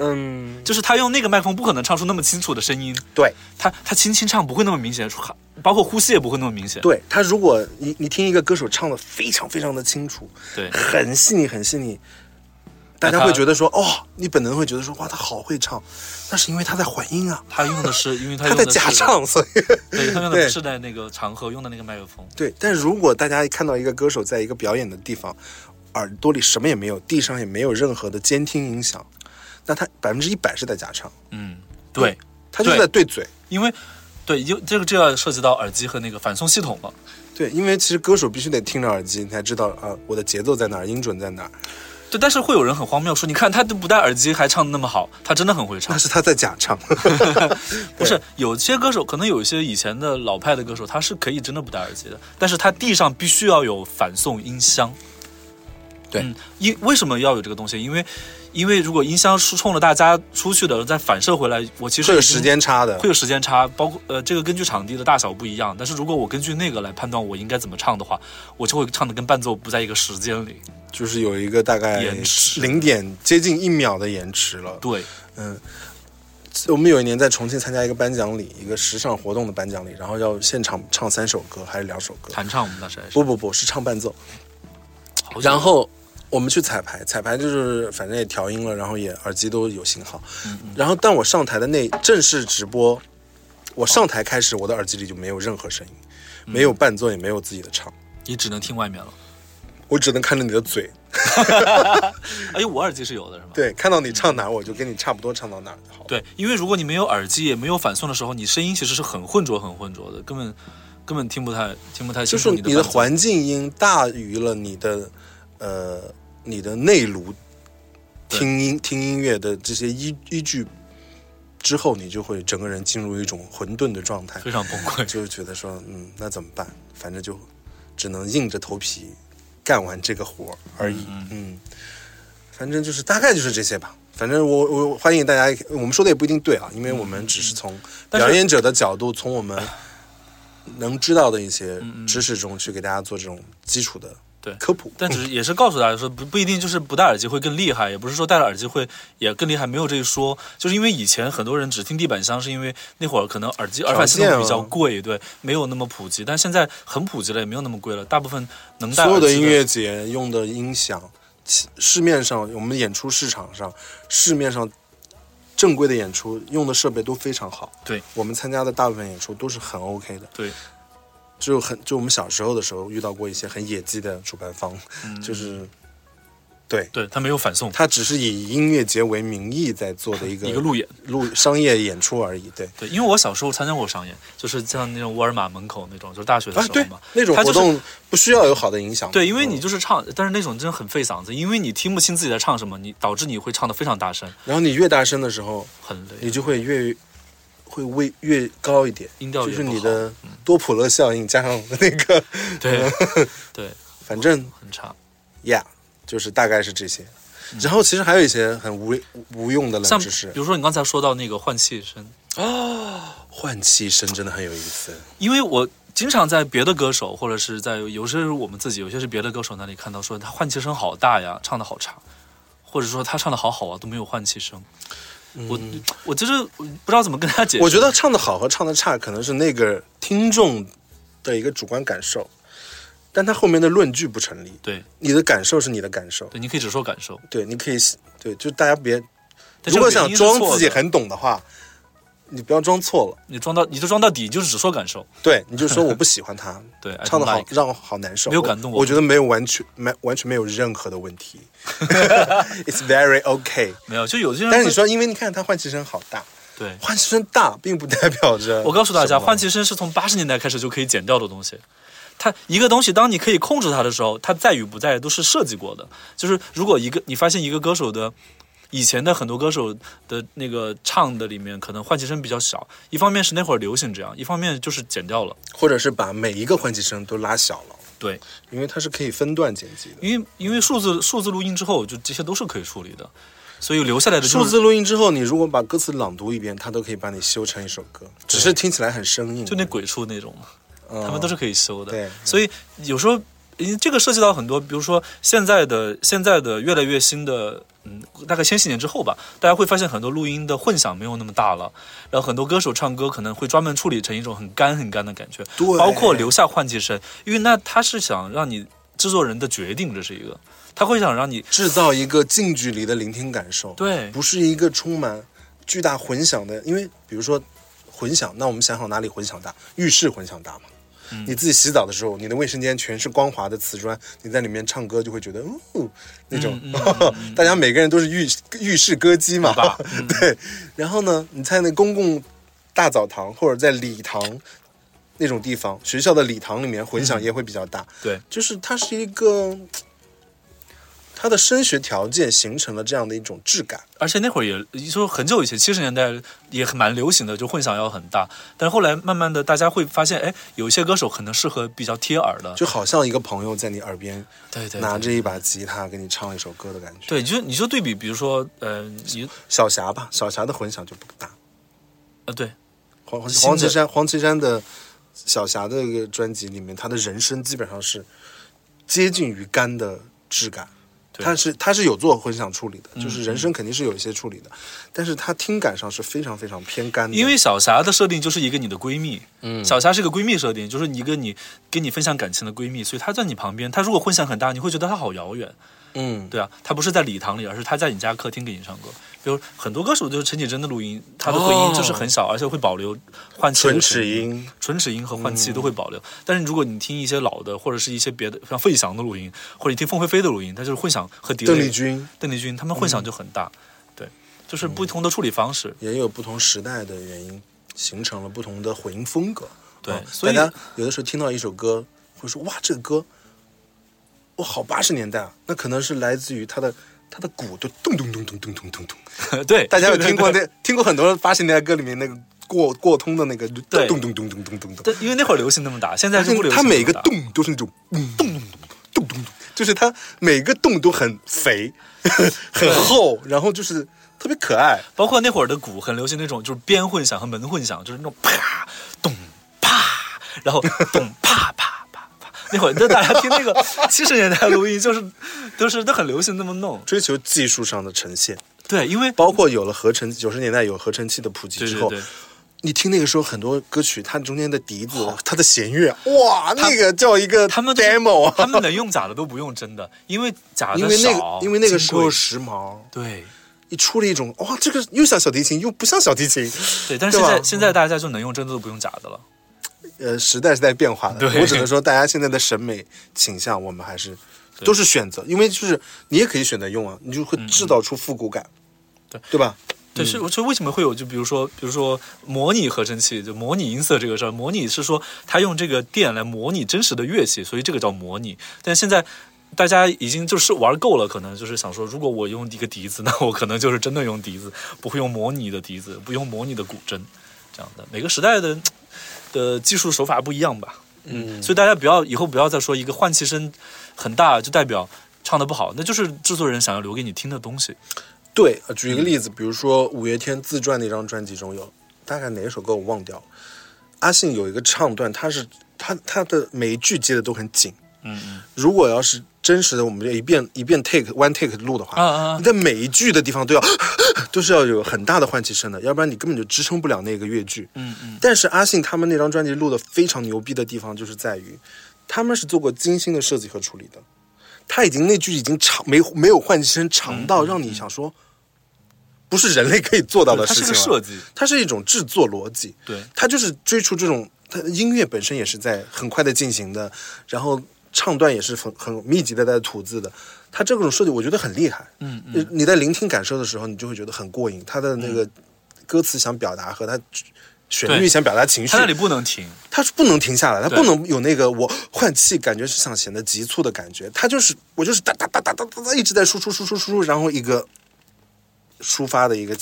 [SPEAKER 1] 嗯，
[SPEAKER 2] 就是他用那个麦克风不可能唱出那么清楚的声音，
[SPEAKER 1] 对
[SPEAKER 2] 他他轻轻唱不会那么明显，出包括呼吸也不会那么明显。
[SPEAKER 1] 对，他如果你你听一个歌手唱的非常非常的清楚，
[SPEAKER 2] 对
[SPEAKER 1] 很细腻很细腻，大
[SPEAKER 2] 那
[SPEAKER 1] 家
[SPEAKER 2] 他
[SPEAKER 1] 会觉得说哦，你本能会觉得说哇，他好会唱，那是因为他在还音啊，
[SPEAKER 2] 他用的是，因为他
[SPEAKER 1] 他
[SPEAKER 2] 用
[SPEAKER 1] 在
[SPEAKER 2] 的
[SPEAKER 1] 假
[SPEAKER 2] 是，
[SPEAKER 1] 唱，所以
[SPEAKER 2] 对他用的
[SPEAKER 1] 对
[SPEAKER 2] 不是在那个场合用的那个麦克风。
[SPEAKER 1] 对。但如果大家一看到一个歌手在一个表演的地方，耳朵里什么也没有，地上也没有任何的监听影响，那他百分之一百是在假唱，
[SPEAKER 2] 嗯，对，
[SPEAKER 1] 他就是
[SPEAKER 2] 对
[SPEAKER 1] 在对嘴。
[SPEAKER 2] 因为对，因为这个这要涉及到耳机和那个反送系统了。
[SPEAKER 1] 对，因为其实歌手必须得听着耳机，你才知道啊，我的节奏在哪儿，音准在哪儿。
[SPEAKER 2] 对，但是会有人很荒谬说，你看他都不戴耳机还唱的那么好，他真的很会唱
[SPEAKER 1] 那。是他在假唱。
[SPEAKER 2] 不是有些歌手，可能有一些以前的老派的歌手，他是可以真的不戴耳机的，但是他地上必须要有反送音箱。
[SPEAKER 1] 对
[SPEAKER 2] 嗯，因为什么要有这个东西？因为，因为如果音箱是冲着大家出去的，再反射回来，我其实
[SPEAKER 1] 会有
[SPEAKER 2] 已经
[SPEAKER 1] 时间差的
[SPEAKER 2] 会。有时间差，包括呃，这个根据场地的大小不一样。但是如果我根据那个来判断我应该怎么唱的话，我就会唱的跟伴奏不在一个时间里。
[SPEAKER 1] 就是有一个大概
[SPEAKER 2] 延迟
[SPEAKER 1] 零点接近一秒的延迟了。
[SPEAKER 2] 对，
[SPEAKER 1] 嗯，我们有一年在重庆参加一个颁奖礼，一个时尚活动的颁奖礼，然后要现场唱三首歌还是两首歌？
[SPEAKER 2] 弹唱我们当时还是
[SPEAKER 1] 不不不是唱伴奏。
[SPEAKER 2] 好久
[SPEAKER 1] 然后我们去彩排，彩排就是反正也调音了，然后也耳机都有信号。
[SPEAKER 2] 嗯
[SPEAKER 1] 然后但我上台的那正式直播，我上台开始，我的耳机里就没有任何声音，
[SPEAKER 2] 嗯
[SPEAKER 1] 没有伴奏，也没有自己的唱，
[SPEAKER 2] 你只能听外面了。
[SPEAKER 1] 我只能看着你的嘴，
[SPEAKER 2] 哎，我耳机是有的，是吗？
[SPEAKER 1] 对，看到你唱哪儿，我就跟你差不多唱到哪儿就好了。
[SPEAKER 2] 对，因为如果你没有耳机，也没有反送的时候，你声音其实是很浑浊、很浑浊的，根本根本听不太听不太
[SPEAKER 1] 就
[SPEAKER 2] 清
[SPEAKER 1] 是
[SPEAKER 2] 楚
[SPEAKER 1] 你
[SPEAKER 2] 的
[SPEAKER 1] 的
[SPEAKER 2] 伴奏
[SPEAKER 1] 环境音大于了你的，呃，你的内炉
[SPEAKER 2] 对
[SPEAKER 1] 听音听音乐的这些依依据之后，你就会整个人进入一种混沌的状态，
[SPEAKER 2] 非常崩溃。
[SPEAKER 1] 就是觉得说，嗯，那怎么办？反正就只能硬着头皮干完这个活儿而已。嗯反正就是大概就是这些吧。反正我我欢迎大家，我们说的也不一定对啊，因为我们只是从
[SPEAKER 2] 嗯但是
[SPEAKER 1] 表演者的角度，从我们能知道的一些知识中去给大家做这种基础的
[SPEAKER 2] 嗯对
[SPEAKER 1] 科普。
[SPEAKER 2] 但只是也是告诉大家说，不不一定就是不戴耳机会更厉害，也不是说戴了耳机会也更厉害，没有这一说。就是因为以前很多人只听地板箱，是因为那会儿可能耳机耳返系
[SPEAKER 1] 条件
[SPEAKER 2] 统
[SPEAKER 1] 啊
[SPEAKER 2] 比较贵，对，没有那么普及。但现在很普及了，也没有那么贵了。大部分能戴
[SPEAKER 1] 所有
[SPEAKER 2] 耳
[SPEAKER 1] 的
[SPEAKER 2] 机
[SPEAKER 1] 音乐节用的音响，其市面上我们演出市场上，市面上正规的演出用的设备都非常好。
[SPEAKER 2] 对，
[SPEAKER 1] 我们参加的大部分演出都是很 OK 的，
[SPEAKER 2] 对，
[SPEAKER 1] 只有很就我们小时候的时候遇到过一些很野鸡的主办方，
[SPEAKER 2] 嗯
[SPEAKER 1] 就是对
[SPEAKER 2] 对，它没有反送，
[SPEAKER 1] 他只是以音乐节为名义在做的一个
[SPEAKER 2] 一个路演。
[SPEAKER 1] 路商业演出而已。对，
[SPEAKER 2] 对，因为我小时候参加过商演，就是像那种沃尔玛门口那种，就是大学的
[SPEAKER 1] 啊
[SPEAKER 2] 时候
[SPEAKER 1] 对
[SPEAKER 2] 嘛，，
[SPEAKER 1] 那种
[SPEAKER 2] 它
[SPEAKER 1] 活
[SPEAKER 2] 就是
[SPEAKER 1] 动不需要有好的影响。
[SPEAKER 2] 对，因为
[SPEAKER 1] 嗯
[SPEAKER 2] 你就是唱，但是那种真的很费嗓子，因为你听不清自己在唱什么，你导致你会唱的非常大声，
[SPEAKER 1] 然后你越大声的时候，
[SPEAKER 2] 很累
[SPEAKER 1] 你。就会越会微越高一点，
[SPEAKER 2] 音调
[SPEAKER 1] 就
[SPEAKER 2] 也
[SPEAKER 1] 是
[SPEAKER 2] 不
[SPEAKER 1] 你
[SPEAKER 2] 好嗯
[SPEAKER 1] 的多普勒效应加上我的那个，
[SPEAKER 2] 对，对，
[SPEAKER 1] 反正
[SPEAKER 2] 很差。
[SPEAKER 1] 呀，yeah, 就是大概是这些。然后其实还有一些很无无无用的
[SPEAKER 2] 嗯
[SPEAKER 1] 冷
[SPEAKER 2] 像
[SPEAKER 1] 知识
[SPEAKER 2] 比，如说你刚才说到那个换气声，
[SPEAKER 1] 换气声真的很有意思。
[SPEAKER 2] 因为我经常在别的歌手或者是在有些是我们自己，有些是别的歌手那里看到说他换气声好大呀，唱的好差。或者说他唱的好好啊，都没有换气声。我我就是不知道怎么跟他解释。
[SPEAKER 1] 嗯我觉得唱的好和唱的差，可能是那个听众的一个主观感受，但他后面的论据不成立。
[SPEAKER 2] 对
[SPEAKER 1] 你的感受是你的感受，
[SPEAKER 2] 对，你可以只说感受。
[SPEAKER 1] 对，你可以对，就大家别
[SPEAKER 2] 但
[SPEAKER 1] 如
[SPEAKER 2] 这个
[SPEAKER 1] 果
[SPEAKER 2] 原
[SPEAKER 1] 想
[SPEAKER 2] 因是
[SPEAKER 1] 装
[SPEAKER 2] 错
[SPEAKER 1] 自己
[SPEAKER 2] 的，
[SPEAKER 1] 很懂的话，你不要装错了，
[SPEAKER 2] 你装到你就装到底，就是只说感受。，
[SPEAKER 1] 对，你就说我不喜欢他
[SPEAKER 2] 对，I
[SPEAKER 1] 唱的
[SPEAKER 2] don't
[SPEAKER 1] 好
[SPEAKER 2] like
[SPEAKER 1] 让我好难受，
[SPEAKER 2] 没有感动我
[SPEAKER 1] 我，觉得没有完全没完全没有任何的问题 ，It's very okay。
[SPEAKER 2] 没有，就有些人会。
[SPEAKER 1] 但是你说，因为你看他换气声好大，
[SPEAKER 2] 对，
[SPEAKER 1] 换气声大并不代表着
[SPEAKER 2] 我告诉大
[SPEAKER 1] 什
[SPEAKER 2] 家，
[SPEAKER 1] 么
[SPEAKER 2] 换气声是从八十年代开始就可以减掉的东西。它一个东西，当你可以控制它的时候，它在与不在都是设计过的。就是如果一个你发现一个歌手的以前的很多歌手的那个唱的里面，可能换气声比较小，一方面是那会儿流行这样，一方面就是减掉了。
[SPEAKER 1] 或者是把每一个换气声都拉小了，
[SPEAKER 2] 对，
[SPEAKER 1] 因为它是可以分段剪辑的。
[SPEAKER 2] 因为因为数字数字录音之后，就这些都是可以处理的，所以留下来的就是
[SPEAKER 1] 数字录音之后，你如果把歌词朗读一遍，它都可以把你修成一首歌，只是听起来很生硬。
[SPEAKER 2] 就那鬼畜那种嘛。
[SPEAKER 1] 嗯，
[SPEAKER 2] 他
[SPEAKER 1] 他
[SPEAKER 2] 们都是可以修的。
[SPEAKER 1] 对
[SPEAKER 2] 所以有时候，因为这个涉及到很多，比如说现在的现在的越来越新的，嗯，大概千禧年之后吧，大家会发现很多录音的混响没有那么大了，然后很多歌手唱歌可能会专门处理成一种很干很干的感觉，
[SPEAKER 1] 对
[SPEAKER 2] 包括留下换气声，因为那他是想让你制作人的决定，这是一个，他会想让你
[SPEAKER 1] 制造一个近距离的聆听感受，
[SPEAKER 2] 对
[SPEAKER 1] 不是一个充满巨大混响的。因为比如说混响，那我们想想哪里混响大？浴室混响大嘛。
[SPEAKER 2] 嗯
[SPEAKER 1] 你自己洗澡的时候，你的卫生间全是光滑的瓷砖，你在里面唱歌就会觉得，哦，那种，
[SPEAKER 2] 嗯
[SPEAKER 1] 大家每个人都是浴浴室歌姬嘛，
[SPEAKER 2] 吧
[SPEAKER 1] 对。然后呢，你在那公共大澡堂或者在礼堂那种地方，学校的礼堂里面混响也会比较大，
[SPEAKER 2] 嗯对
[SPEAKER 1] 就是它是一个，它的升学条件形成了这样的一种质感。
[SPEAKER 2] 而且那会儿也就是很久以前，七十年代也蛮流行的，就混响要很大。但是后来慢慢的，大家会发现，哎，有一些歌手可能适合比较贴耳的，
[SPEAKER 1] 就好像一个朋友在你耳边
[SPEAKER 2] 对对
[SPEAKER 1] 拿
[SPEAKER 2] 对
[SPEAKER 1] 着一把吉他给你唱一首歌的感觉。
[SPEAKER 2] 对，你就你就对比，比如说，呃，你
[SPEAKER 1] 小霞吧，小霞的混响就不大。
[SPEAKER 2] 呃，
[SPEAKER 1] 嗯
[SPEAKER 2] 对，
[SPEAKER 1] 黄黄
[SPEAKER 2] 新的
[SPEAKER 1] 黄绮珊，黄绮珊的小霞的一个专辑里面，她的人声基本上是接近于干的质感。
[SPEAKER 2] 对嗯
[SPEAKER 1] 她是她是有做混响处理的，就是人声肯定是有一些处理的，但是她听感上是非常非常偏干的。
[SPEAKER 2] 因为小霞的设定就是一个你的闺蜜，嗯，小霞是个闺蜜设定，就是一个你跟你分享感情的闺蜜，所以她在你旁边，她如果混响很大，你会觉得她好遥远，
[SPEAKER 1] 嗯，
[SPEAKER 2] 对啊，她不是在礼堂里，而是她在你家客厅给你唱歌。比如很多歌手就是陈绮贞的录音，她的回音就是很小，而且会保留换气的
[SPEAKER 1] 唇
[SPEAKER 2] 声
[SPEAKER 1] 齿音嗯
[SPEAKER 2] 唇齿音和换气都会保留。但是如果你听一些老的，或者是一些别的，像费翔的录音，或者你听凤飞飞的录音，它就是混响和迪
[SPEAKER 1] 邓
[SPEAKER 2] 雷
[SPEAKER 1] 丽君
[SPEAKER 2] 邓丽君他们混
[SPEAKER 1] 嗯
[SPEAKER 2] 响就很大，对，就是不同的处理方式。
[SPEAKER 1] 也有不同时代的原因，形成了不同的混音风格。
[SPEAKER 2] 对
[SPEAKER 1] 啊
[SPEAKER 2] 嗯所以
[SPEAKER 1] 大家有的时候听到一首歌，会说哇，这个歌，哇，好八十年代啊！那可能是来自于它的它的鼓的咚咚咚咚咚咚咚咚。
[SPEAKER 2] 对，
[SPEAKER 1] 大家有
[SPEAKER 2] 对
[SPEAKER 1] 听过？
[SPEAKER 2] 对对
[SPEAKER 1] 那听过很多八十年代歌里面那个过过通的那个
[SPEAKER 2] 对
[SPEAKER 1] 咚咚咚咚咚咚咚。
[SPEAKER 2] 但因为那会儿流行那么大，现在是不流行
[SPEAKER 1] 它每个
[SPEAKER 2] 那么大
[SPEAKER 1] 咚都是那种咚咚咚咚咚咚，就是它每个洞都很肥、 很厚，然后就是特别可爱。
[SPEAKER 2] 包括那会儿的鼓很流行那种，就是边混响和门混响，就是那种啪咚啪，然后咚啪啪啪啪。那会儿，那大家听那 个七十年代的录音，就是都是都很流行那么弄。
[SPEAKER 1] 追求技术上的呈现，
[SPEAKER 2] 对，因为
[SPEAKER 1] 包括有了合成，九十年代有合成器的普及
[SPEAKER 2] 对
[SPEAKER 1] 之
[SPEAKER 2] 对
[SPEAKER 1] 后，
[SPEAKER 2] 对，
[SPEAKER 1] 你听那个时候很多歌曲，它中间的笛子、它的弦乐，哇，那个叫一个
[SPEAKER 2] 他们就是
[SPEAKER 1] demo，啊
[SPEAKER 2] 他们能用假的都不用真的，因为假的
[SPEAKER 1] 因为那
[SPEAKER 2] 少
[SPEAKER 1] 个因为那个时
[SPEAKER 2] 金
[SPEAKER 1] 候
[SPEAKER 2] 贵
[SPEAKER 1] 时髦，
[SPEAKER 2] 对
[SPEAKER 1] 一出了一种哇，这个又像小提琴又不像小提琴，
[SPEAKER 2] 对，但是现
[SPEAKER 1] 对
[SPEAKER 2] 在
[SPEAKER 1] 吧
[SPEAKER 2] 现在大家就能用真的都不用假的了。
[SPEAKER 1] 呃，时代是在变化的
[SPEAKER 2] 对。
[SPEAKER 1] 我只能说，大家现在的审美倾向，我们还是都是选择，因为就是你也可以选择用啊，你就会制造出复古感，
[SPEAKER 2] 嗯对
[SPEAKER 1] 对吧？
[SPEAKER 2] 对，是我觉得为什么会有？就比如说，比如说模拟合成器，就模拟音色这个事儿，模拟是说他用这个电来模拟真实的乐器，所以这个叫模拟。但现在大家已经就是玩够了，可能就是想说，如果我用一个笛子，那 我可能就是真的用笛子，不会用模拟的笛子，不用模拟的古筝，这样的。每个时代的的技术手法不一样吧，嗯，所以大家不要以后不要再说一个换气声很大就代表唱的不好，那就是制作人想要留给你听的东西。
[SPEAKER 1] 对，呃
[SPEAKER 2] 嗯
[SPEAKER 1] 举一个例子，比如说五月天自传那张专辑中有大概哪首歌我忘掉了，阿信有一个唱段，他是他他的每一句接的都很紧，
[SPEAKER 2] 嗯嗯，
[SPEAKER 1] 如果要是真实的，我们这一遍一遍 take one take 录的话，
[SPEAKER 2] 啊啊啊
[SPEAKER 1] 你在每一句的地方都要 都是要有很大的换气声的，要不然你根本就支撑不了那个乐句。
[SPEAKER 2] 嗯嗯，
[SPEAKER 1] 但是阿信他们那张专辑录的非常牛逼的地方，就是在于他们是做过精心的设计和处理的。他已经那句已经长没没有换气声长
[SPEAKER 2] 嗯
[SPEAKER 1] 到让你想说，不是人类可以做到的
[SPEAKER 2] 它
[SPEAKER 1] 事
[SPEAKER 2] 是
[SPEAKER 1] 情啊
[SPEAKER 2] 个
[SPEAKER 1] 了。
[SPEAKER 2] 设计，
[SPEAKER 1] 它是一种制作逻辑，
[SPEAKER 2] 对
[SPEAKER 1] 它就是追出这种，它音乐本身也是在很快的进行的，然后唱段也是很很密集的在吐字的，它这种设计我觉得很厉害，
[SPEAKER 2] 嗯嗯
[SPEAKER 1] 嗯，你在聆听感受的时候，你就会觉得很过瘾，它的那个歌词想表达和它旋律
[SPEAKER 2] 对
[SPEAKER 1] 想表达情绪
[SPEAKER 2] 它，那里不能停，
[SPEAKER 1] 它是不能停下来，它
[SPEAKER 2] 对
[SPEAKER 1] 不能有那个我换气感觉是想显得急促的感觉，它就是我就是哒哒哒哒哒哒哒一直在输出输出输出，然后一个抒发的一个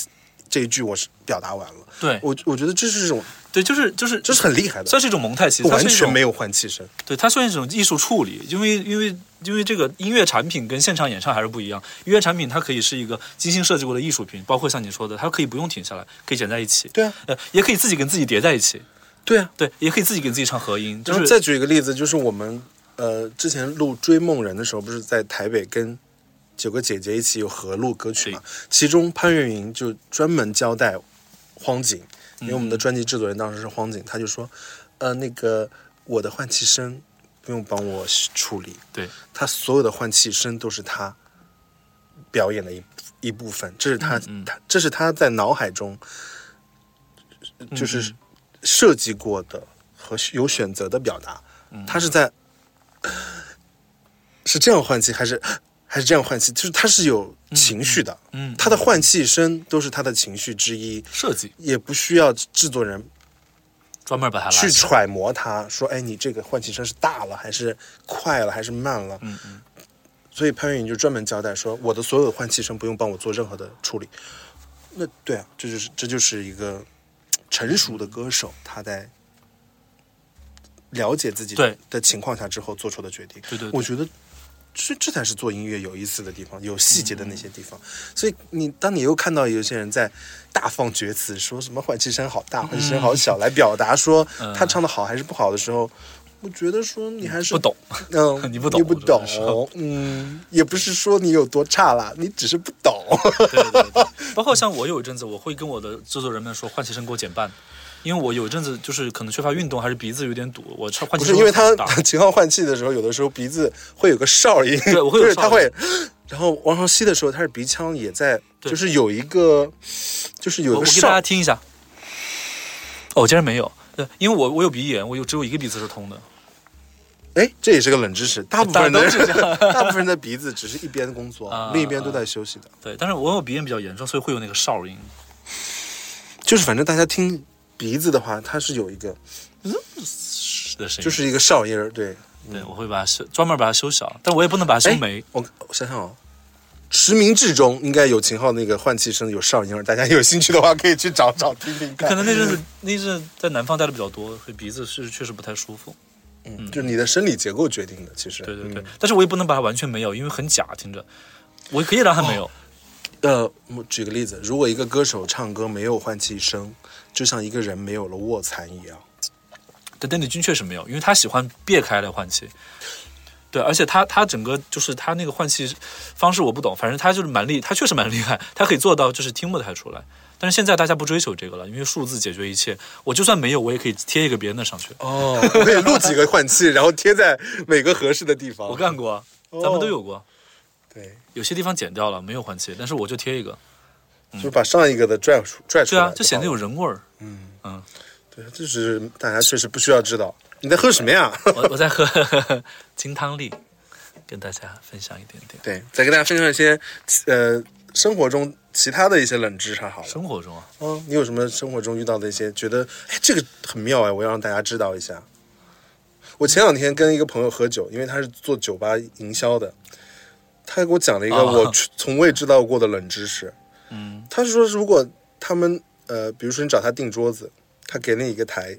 [SPEAKER 1] 这一句我是表达完了。
[SPEAKER 2] 对
[SPEAKER 1] 我我觉得这是一种，
[SPEAKER 2] 对，就是就是
[SPEAKER 1] 这是很厉害的，
[SPEAKER 2] 算是一种蒙太奇，它
[SPEAKER 1] 完
[SPEAKER 2] 是一
[SPEAKER 1] 全
[SPEAKER 2] 种
[SPEAKER 1] 没有换气声。
[SPEAKER 2] 对，它算一种艺术处理，因为因为因为这个音乐产品跟现场演唱还是不一样，音乐产品它可以是一个精心设计过的艺术品，包括像你说的，它可以不用停下来，可以剪在一起，
[SPEAKER 1] 对啊，
[SPEAKER 2] 呃，也可以自己跟自己叠在一起，
[SPEAKER 1] 对啊，
[SPEAKER 2] 对，也可以自己跟自己唱合音，就
[SPEAKER 1] 然后
[SPEAKER 2] 是
[SPEAKER 1] 再举一个例子，就是我们呃之前录《追梦人》的时候，不是在台北跟九个姐姐一起有合录歌曲嘛？其中潘越云就专门交代荒井，因为我们的
[SPEAKER 2] 嗯
[SPEAKER 1] 专辑制作人当时是荒井，他就说，呃，那个我的换气声不用帮我处理，
[SPEAKER 2] 对
[SPEAKER 1] 他所有的换气声都是他表演的一一部分，这是
[SPEAKER 2] 嗯
[SPEAKER 1] 他、他这是他在脑海中
[SPEAKER 2] 嗯
[SPEAKER 1] 就是设计过的和有选择的表达，
[SPEAKER 2] 嗯
[SPEAKER 1] 他是在是这样换气还是还是这样换气，就是他是有情绪的，
[SPEAKER 2] 嗯嗯
[SPEAKER 1] 他的换气声都是他的情绪之一，
[SPEAKER 2] 设计
[SPEAKER 1] 也不需要制作人
[SPEAKER 2] 专门把它拉
[SPEAKER 1] 去
[SPEAKER 2] 起来
[SPEAKER 1] 揣摩他，说，哎，你这个换气声是大了还是快了还是慢了？
[SPEAKER 2] 嗯嗯，
[SPEAKER 1] 所以潘越云就专门交代说，我的所有的换气声不用帮我做任何的处理。那对啊，这就是这就是一个成熟的歌手他在了解自己
[SPEAKER 2] 对
[SPEAKER 1] 的情况下之后做出的决定。
[SPEAKER 2] 对对对
[SPEAKER 1] 我觉得这这才是做音乐有意思的地方，有细节的那些地
[SPEAKER 2] 嗯
[SPEAKER 1] 方。所以你当你又看到有些人在大放厥词，说什么换气声好大，换气声好小，来表达说
[SPEAKER 2] 嗯
[SPEAKER 1] 他唱的好还是不好的时候，我觉得说你还是
[SPEAKER 2] 不懂，
[SPEAKER 1] 嗯，
[SPEAKER 2] 你不懂
[SPEAKER 1] 你不
[SPEAKER 2] 我只能
[SPEAKER 1] 懂，嗯，也不是说你有多差啦，你只是不懂。
[SPEAKER 2] 对对对，对包括像我有一阵子，我会跟我的制作人们说，换气声给我减半，因为我有一阵子就是可能缺乏运动，还是鼻子有点堵，我唱换
[SPEAKER 1] 不
[SPEAKER 2] 气
[SPEAKER 1] 是
[SPEAKER 2] 声
[SPEAKER 1] 因为他
[SPEAKER 2] 打
[SPEAKER 1] 秦昊换气的时候，有的时候鼻子会有个哨音，
[SPEAKER 2] 对我会有
[SPEAKER 1] 就是
[SPEAKER 2] 哨
[SPEAKER 1] 他
[SPEAKER 2] 音
[SPEAKER 1] 会。然后王上吸的时候，他是鼻腔也在，
[SPEAKER 2] 对
[SPEAKER 1] 就是有一个，就是有
[SPEAKER 2] 我
[SPEAKER 1] 一
[SPEAKER 2] 我
[SPEAKER 1] 个
[SPEAKER 2] 给大
[SPEAKER 1] 哨
[SPEAKER 2] 家。听一下。哦，我竟然没有，对，因为我我有鼻炎，我有只有一个鼻子是通的，
[SPEAKER 1] 哎，这也是个冷 知识，大部分
[SPEAKER 2] 大
[SPEAKER 1] 人
[SPEAKER 2] 家
[SPEAKER 1] 的
[SPEAKER 2] 都是这样。
[SPEAKER 1] 大部分人的鼻子只是一边工作
[SPEAKER 2] 啊，
[SPEAKER 1] 另一边都在休息的。
[SPEAKER 2] 对，但是我有鼻炎比较严重，所以会有那个哨音，
[SPEAKER 1] 就是反正大家听鼻子的话，它是有一个，
[SPEAKER 2] 嗯嘶的声音。
[SPEAKER 1] 就是一个哨音儿。对，
[SPEAKER 2] 对，我会把它修，专门把它修小，但我也不能把它修
[SPEAKER 1] 哎
[SPEAKER 2] 没。
[SPEAKER 1] 我我想想哦，实名制中应该有秦昊那个换气声有哨音儿，大家有兴趣的话可以去找找听听看。
[SPEAKER 2] 可能那阵子那阵子在南方待的比较多，所以鼻子是确实不太舒服。
[SPEAKER 1] 嗯就是你的生理结构决定的，其实。
[SPEAKER 2] 对对对，
[SPEAKER 1] 嗯
[SPEAKER 2] 但是我也不能把它完全没有，因为很假，听着。我可以让它没有，
[SPEAKER 1] 哦呃，我举个例子，如果一个歌手唱歌没有换气声，就像一个人没有了卧蚕一样。
[SPEAKER 2] 但邓丽君确实没有，因为她喜欢别开来换气。对，而且她她整个就是她那个换气方式我不懂，反正她就是蛮厉，她确实蛮厉害，她可以做到就是听不太出来。但是现在大家不追求这个了，因为数字解决一切。我就算没有，我也可以贴一个别人的上去。
[SPEAKER 1] 哦，我 可以录几个换气，然后贴在每个合适的地方。
[SPEAKER 2] 我干过啊，
[SPEAKER 1] 哦
[SPEAKER 2] 咱们都有过，
[SPEAKER 1] 对，
[SPEAKER 2] 有些地方剪掉了没有换气，但是我就贴一个。
[SPEAKER 1] 就是把上一个的哦拽出拽出
[SPEAKER 2] 嗯对
[SPEAKER 1] 来好
[SPEAKER 2] 啊
[SPEAKER 1] 了。，
[SPEAKER 2] 就显得有人味儿。
[SPEAKER 1] 对，这是大家确实不需要知道。你在喝什么呀？
[SPEAKER 2] 我我在喝 金汤力，跟大家分享一点点
[SPEAKER 1] 对，再给大家分享一些呃生活中其他的一些冷知识好了。
[SPEAKER 2] 生活中啊。
[SPEAKER 1] 嗯，你有什么生活中遇到的一些觉得哎这个很妙哎，我要让大家知道一下。我前两天跟一个朋友喝酒，因为他是做酒吧营销的，他给我讲了一个
[SPEAKER 2] 哦
[SPEAKER 1] 我从未知道过的冷知识。嗯，他是说如果他们呃，比如说你找他订桌子，他给你一个台，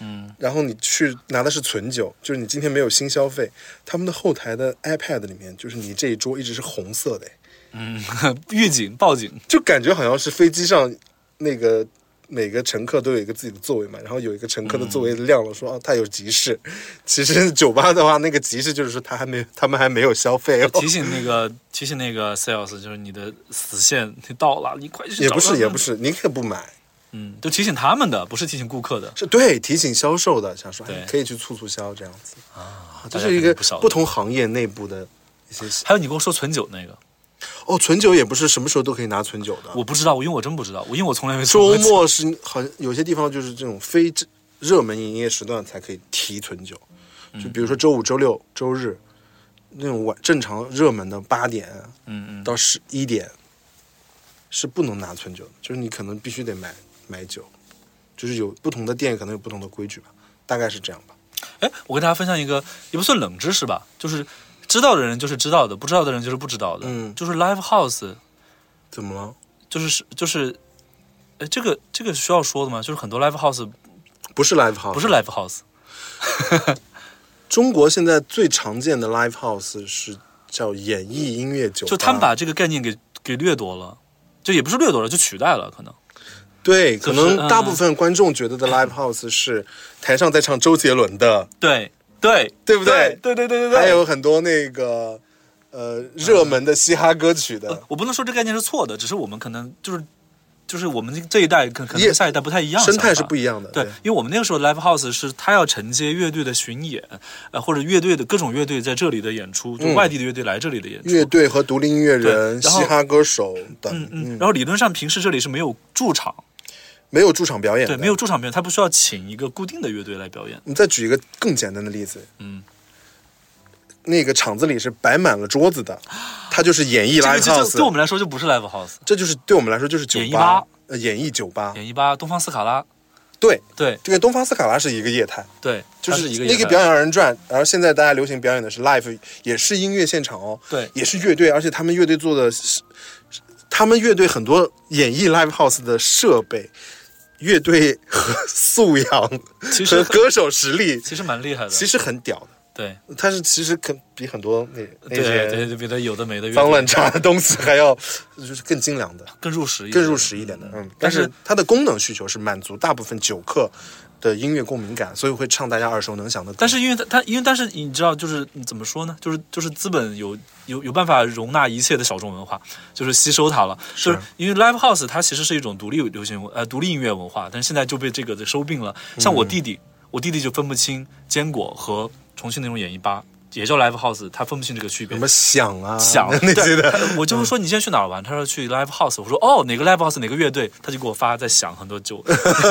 [SPEAKER 2] 嗯，
[SPEAKER 1] 然后你去拿的是存酒，就是你今天没有新消费，他们的后台的 iPad 里面，就是你这一桌一直是红色的哎。
[SPEAKER 2] 嗯，预警报警，
[SPEAKER 1] 就感觉好像是飞机上那个每个乘客都有一个自己的座位嘛，然后有一个乘客的座位亮了说，哦，他有急事。其实酒吧的话，那个急事就是说他还没他们还没有消费、哦，
[SPEAKER 2] 提醒那个提醒那个 sales，就是你的死线到了，你快去
[SPEAKER 1] 也不
[SPEAKER 2] 找
[SPEAKER 1] 是
[SPEAKER 2] 他
[SPEAKER 1] 也
[SPEAKER 2] 们
[SPEAKER 1] 不，是，你可以不买，
[SPEAKER 2] 嗯，就提醒他们的，不是提醒顾客的。
[SPEAKER 1] 是对提醒销售的，想说哎
[SPEAKER 2] 对
[SPEAKER 1] 可以去促促销这样子啊，这
[SPEAKER 2] 大家
[SPEAKER 1] 是一
[SPEAKER 2] 可能
[SPEAKER 1] 个
[SPEAKER 2] 不晓得
[SPEAKER 1] 不同行业内部的一些
[SPEAKER 2] 还有你跟我说存酒那个，
[SPEAKER 1] 哦，存酒也不是什么时候都可以拿存酒的，
[SPEAKER 2] 我不知道，我因为我真不知道，我因为我从来没存过
[SPEAKER 1] 周
[SPEAKER 2] 酒
[SPEAKER 1] 末是好像有些地方就是这种非这热门营业时段才可以提存酒，
[SPEAKER 2] 嗯
[SPEAKER 1] 就比如说周五、周六、周日那种晚正常热门的八点
[SPEAKER 2] 嗯嗯，
[SPEAKER 1] 到十一点是不能拿存酒的，就是你可能必须得买买酒，就是有不同的店可能有不同的规矩吧，大概是这样吧。
[SPEAKER 2] 哎，我跟大家分享一个，也不算冷知识吧，就是知道的人就是知道的，不知道的人就是不知道的。
[SPEAKER 1] 嗯
[SPEAKER 2] 就是 live house，
[SPEAKER 1] 怎么了？
[SPEAKER 2] 就是就是，哎，这个这个需要说的吗？就是很多 live house
[SPEAKER 1] 不是 live house，
[SPEAKER 2] 不是 live house，
[SPEAKER 1] 中国现在最常见的 live house 是叫演艺音乐酒吧，
[SPEAKER 2] 就他们把这个概念给给掠夺了，就也不是掠夺了，就取代了，可能。
[SPEAKER 1] 对，可
[SPEAKER 2] 就是
[SPEAKER 1] 能大部
[SPEAKER 2] 嗯
[SPEAKER 1] 分观众觉得的 live house 是台上在唱周杰伦的，
[SPEAKER 2] 对对
[SPEAKER 1] 对不对
[SPEAKER 2] 对对对对对。
[SPEAKER 1] 还有很多那个呃
[SPEAKER 2] 嗯
[SPEAKER 1] 热门的嘻哈歌曲的，
[SPEAKER 2] 我不能说这概念是错的，只是我们可能就是就是我们这一代跟可能
[SPEAKER 1] 也
[SPEAKER 2] 跟下一代不太一样，
[SPEAKER 1] 生态是
[SPEAKER 2] 呃想法
[SPEAKER 1] 不一样的。
[SPEAKER 2] 对，因为我们那个时候 live house 是它要承接乐队的巡演，呃，或者乐队的各种乐队在这里的演出，就外地的乐队来这里的演出。
[SPEAKER 1] 嗯乐队和独立音乐人、
[SPEAKER 2] 对然后
[SPEAKER 1] 嘻哈歌手等，
[SPEAKER 2] 嗯嗯，然后理论上平时这里是没有驻场，
[SPEAKER 1] 没有驻场表演的。
[SPEAKER 2] 对，没有。驻场表演，他不需要请一个固定的乐队来表演。
[SPEAKER 1] 你再举一个更简单的例子，
[SPEAKER 2] 嗯，
[SPEAKER 1] 那个场子里是摆满了桌子的，它就是演艺
[SPEAKER 2] 这个
[SPEAKER 1] live
[SPEAKER 2] 就就
[SPEAKER 1] house，
[SPEAKER 2] 对我们来说就不是 live house，
[SPEAKER 1] 这就是对我们来说就是酒
[SPEAKER 2] 演艺
[SPEAKER 1] 吧
[SPEAKER 2] 吧，
[SPEAKER 1] 呃，演艺酒吧。
[SPEAKER 2] 演艺吧，东方斯卡拉，
[SPEAKER 1] 对，
[SPEAKER 2] 对
[SPEAKER 1] 这个东方斯卡拉是一个业态。
[SPEAKER 2] 对，
[SPEAKER 1] 就
[SPEAKER 2] 它
[SPEAKER 1] 是
[SPEAKER 2] 是一个
[SPEAKER 1] 啊那个
[SPEAKER 2] 演
[SPEAKER 1] 表
[SPEAKER 2] 员
[SPEAKER 1] 演二人转，然后现在大家流行表演的是 live，也是音乐现场哦，
[SPEAKER 2] 对
[SPEAKER 1] 也是乐队，而且他们乐队做的是，他们乐队很多演绎 live house 的设备、乐队和素养
[SPEAKER 2] 其实
[SPEAKER 1] 和歌手实力，
[SPEAKER 2] 其实蛮厉害的，
[SPEAKER 1] 其实很屌的。
[SPEAKER 2] 对
[SPEAKER 1] 但是其实可比很多那那
[SPEAKER 2] 对对
[SPEAKER 1] 些
[SPEAKER 2] 对，别的有的没的乐
[SPEAKER 1] 脏
[SPEAKER 2] 队
[SPEAKER 1] 乱差的东西还要就是更精良的、
[SPEAKER 2] 更入时一点，
[SPEAKER 1] 更入时一点的。嗯，但
[SPEAKER 2] 但
[SPEAKER 1] 是
[SPEAKER 2] 是
[SPEAKER 1] 它的功能需求是满足大部分酒客的音乐共鸣感，所以会唱大家耳熟能详的歌。
[SPEAKER 2] 但是因为他他因为但是你知道就是嗯怎么说呢？就是就是资本有有有办法容纳一切的小众文化，就是吸收它了。就是因为 live house 它其实是一种独立流行文呃独立音乐文化，但是现在就被这个收并了。像我弟弟，我弟弟就分不清坚果和重庆那种演艺吧，也叫 live house，他分不清这个区别
[SPEAKER 1] 什。么响 啊，
[SPEAKER 2] 想
[SPEAKER 1] 那些的，
[SPEAKER 2] 对我就说你今天去哪儿玩？他说去 live house。我说哦，哪个 live house 哪个乐队？他就给我发在想很多酒，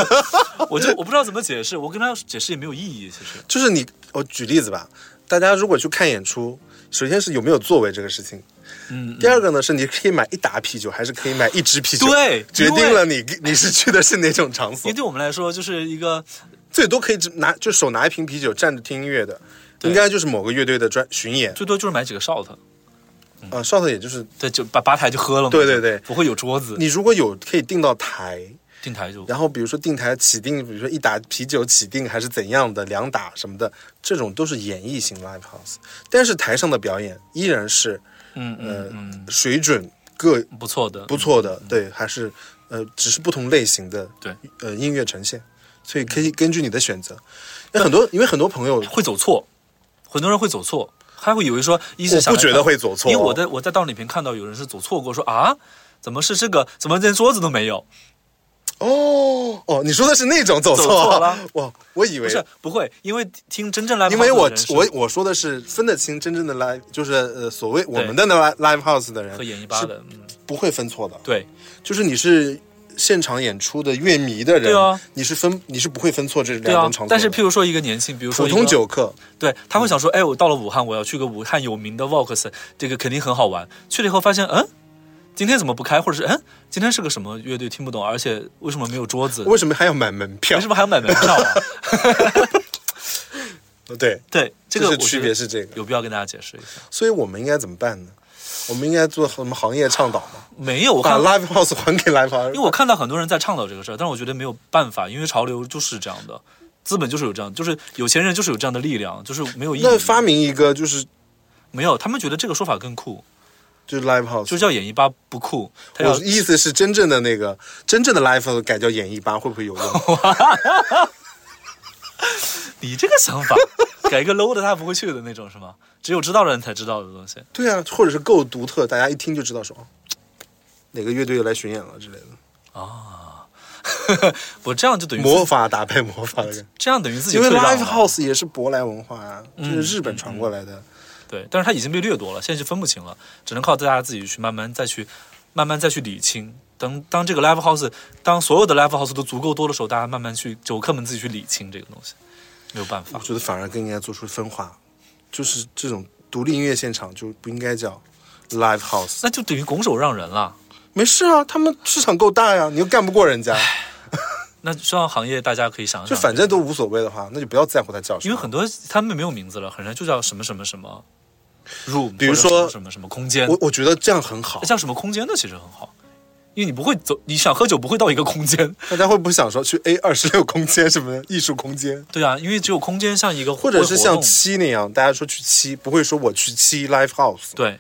[SPEAKER 2] 我就我不知道怎么解释，我跟他解释也没有意义。其实
[SPEAKER 1] 就是你，我举例子吧，大家如果去看演出，首先是有没有座位这个事情，
[SPEAKER 2] 嗯
[SPEAKER 1] 第二个呢是你可以买一打啤酒，还是可以买一支啤酒，
[SPEAKER 2] 对
[SPEAKER 1] 决定
[SPEAKER 2] 因为
[SPEAKER 1] 了你你是去的是哪种场
[SPEAKER 2] 因
[SPEAKER 1] 所
[SPEAKER 2] 为，对我们来说，就是一个
[SPEAKER 1] 最多可以只拿就手拿一瓶啤酒站着听音乐的，
[SPEAKER 2] 对
[SPEAKER 1] 应该就是某个乐队的专巡演
[SPEAKER 2] 最多就是买几个 shot，
[SPEAKER 1] 啊，上头也就是
[SPEAKER 2] 对，就把吧台就喝了嘛。
[SPEAKER 1] 对对对
[SPEAKER 2] 不会有桌子，
[SPEAKER 1] 你如果有可以订到台，
[SPEAKER 2] 定台就
[SPEAKER 1] 然后比如说定台起定，比如说一打啤酒起定还是怎样的，两打什么的，这种都是演绎型 live house，但是台上的表演依然是
[SPEAKER 2] 嗯
[SPEAKER 1] 呃
[SPEAKER 2] 嗯嗯，
[SPEAKER 1] 水准各
[SPEAKER 2] 不错的，
[SPEAKER 1] 不错的，对，还是呃，只是不同类型的
[SPEAKER 2] 对嗯
[SPEAKER 1] 呃音乐呈现，所以可以根据你的选择。因为很多，因为很多朋友
[SPEAKER 2] 会走错，很多人会走错，还会以为说一
[SPEAKER 1] 我
[SPEAKER 2] 是想
[SPEAKER 1] 不
[SPEAKER 2] 来
[SPEAKER 1] 觉得会走错，
[SPEAKER 2] 因为我在我在道里面看到有人是走错过，说啊，怎么是这个，怎么连桌子都没有？
[SPEAKER 1] 哦哦，你说的是那种走
[SPEAKER 2] 走
[SPEAKER 1] 错
[SPEAKER 2] 错了，
[SPEAKER 1] 哇，我以
[SPEAKER 2] 不
[SPEAKER 1] 为
[SPEAKER 2] 是。不会，因为听真正 live，
[SPEAKER 1] 因为
[SPEAKER 2] house
[SPEAKER 1] 我
[SPEAKER 2] 的人是
[SPEAKER 1] 我我说的是分得清真正的 live，就是呃所谓我们的 live live house 的人
[SPEAKER 2] 和演艺吧的，嗯，
[SPEAKER 1] 不会分错的，
[SPEAKER 2] 对
[SPEAKER 1] 就是你是现场演出的乐迷的人，
[SPEAKER 2] 对啊，
[SPEAKER 1] 你是分你是不会分错这
[SPEAKER 2] 对啊
[SPEAKER 1] 两种场所的。。
[SPEAKER 2] 但是譬如说一个年轻，比如说
[SPEAKER 1] 普
[SPEAKER 2] 一个
[SPEAKER 1] 通酒客，
[SPEAKER 2] 对他会想
[SPEAKER 1] 嗯
[SPEAKER 2] 说，哎，我到了武汉，我要去个武汉有名的 Vox，这个肯定很好玩。去了以后发现，嗯，今天怎么不开？或者是嗯，今天是个什么乐队听不懂，而且为什么没有桌子？
[SPEAKER 1] 为什么还要买门票
[SPEAKER 2] 为什？么还要买门票 啊？
[SPEAKER 1] 对，
[SPEAKER 2] 对，这个
[SPEAKER 1] 就
[SPEAKER 2] 我
[SPEAKER 1] 是区
[SPEAKER 2] 觉
[SPEAKER 1] 别
[SPEAKER 2] 得
[SPEAKER 1] 是这个。
[SPEAKER 2] 有必要跟大家解释一下。
[SPEAKER 1] 所以我们应该怎么办呢？我们应该做什么行业倡导吗？
[SPEAKER 2] 没有，我
[SPEAKER 1] 把
[SPEAKER 2] 看，
[SPEAKER 1] live house 还给 live
[SPEAKER 2] 因
[SPEAKER 1] house。
[SPEAKER 2] 为我看到很多人在倡导这个事儿，但是我觉得没有办法，因为潮流就是这样的，资本就是有这样，就是有钱人就是有这样的力量，就是没有意义。
[SPEAKER 1] 那发明一个就是
[SPEAKER 2] 没有，他们觉得这个说法更酷。
[SPEAKER 1] 就是 live house，
[SPEAKER 2] 就叫演艺吧不酷，它
[SPEAKER 1] 我
[SPEAKER 2] 叫
[SPEAKER 1] 意思是真正的那个真正的 live house 改叫演艺吧会不会有 用？
[SPEAKER 2] 你这个想法，改一个 low 的他不会去的那种是吗？只有知道的人才知道的东西。
[SPEAKER 1] 对啊，或者是够独特，大家一听就知道说哦哪个乐队又来巡演了之类的，
[SPEAKER 2] 我这样就等于
[SPEAKER 1] 魔法打败魔法的感觉。
[SPEAKER 2] 这样等于自己
[SPEAKER 1] 因为
[SPEAKER 2] 退让
[SPEAKER 1] live
[SPEAKER 2] 了嗯
[SPEAKER 1] house 也是舶来文化啊，就是日本传过来的。
[SPEAKER 2] 对，但是它已经被掠夺了，现在就分不清了，只能靠大家自己去慢慢再去，慢慢再去理清。等当这个 live house，当所有的 live house 都足够多的时候，大家慢慢去酒客们自己去理清这个东西，没有办法
[SPEAKER 1] 我。觉得反而更应该做出分化，就是这种独立音乐现场就不应该叫 live house。
[SPEAKER 2] 那就等于拱手让人了。
[SPEAKER 1] 没事啊，他们市场够大呀，你又干不过人家，
[SPEAKER 2] 那这样行业大家可以想一
[SPEAKER 1] 就
[SPEAKER 2] 想，
[SPEAKER 1] 反正都无所谓的话，那就不要在乎他叫什
[SPEAKER 2] 因
[SPEAKER 1] 么。
[SPEAKER 2] 为很多他们没有名字了，很多就叫什么什么什么 room，
[SPEAKER 1] 比如
[SPEAKER 2] 或者
[SPEAKER 1] 说
[SPEAKER 2] 什么什么什么空间，
[SPEAKER 1] 我我觉得这样很好
[SPEAKER 2] 那，叫什么空间呢？其实很好，因为你不会走，你想喝酒不会到一个空间，
[SPEAKER 1] 大家会不会想说去 A 二十六空间什么的艺术空间，
[SPEAKER 2] 对啊，因为只有空间像一个
[SPEAKER 1] 或者是
[SPEAKER 2] 活
[SPEAKER 1] 像
[SPEAKER 2] 动
[SPEAKER 1] 七那样，大家说去七，不会说我去七 live house，
[SPEAKER 2] 对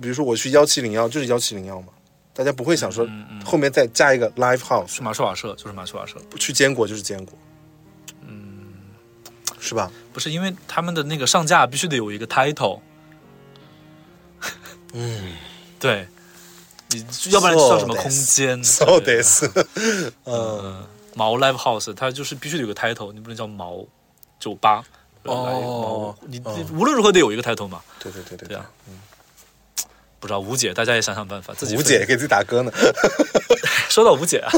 [SPEAKER 1] 比如说我去幺七零幺就是幺七零幺嘛，大家不会想说
[SPEAKER 2] 嗯
[SPEAKER 1] 后面再加一个 live house，
[SPEAKER 2] 是马术瓦舍，就是马术瓦舍。
[SPEAKER 1] 去坚果就是坚果，嗯，是吧？
[SPEAKER 2] 不是因为他们的那个上架必须得有一个 title，
[SPEAKER 1] 嗯，
[SPEAKER 2] 对，你要不然叫什么空间
[SPEAKER 1] so this，嗯，
[SPEAKER 2] 嗯，毛 live house，它就是必须得有个 title，你不能叫毛酒吧。
[SPEAKER 1] 哦
[SPEAKER 2] 毛你你无论如何得有一个 title 嘛，
[SPEAKER 1] 对对对对
[SPEAKER 2] 对
[SPEAKER 1] 对，
[SPEAKER 2] 啊，嗯，不知道吴姐，大家也想想办法，自己
[SPEAKER 1] 吴
[SPEAKER 2] 分
[SPEAKER 1] 姐也给自己打歌呢。
[SPEAKER 2] 说到吴姐啊，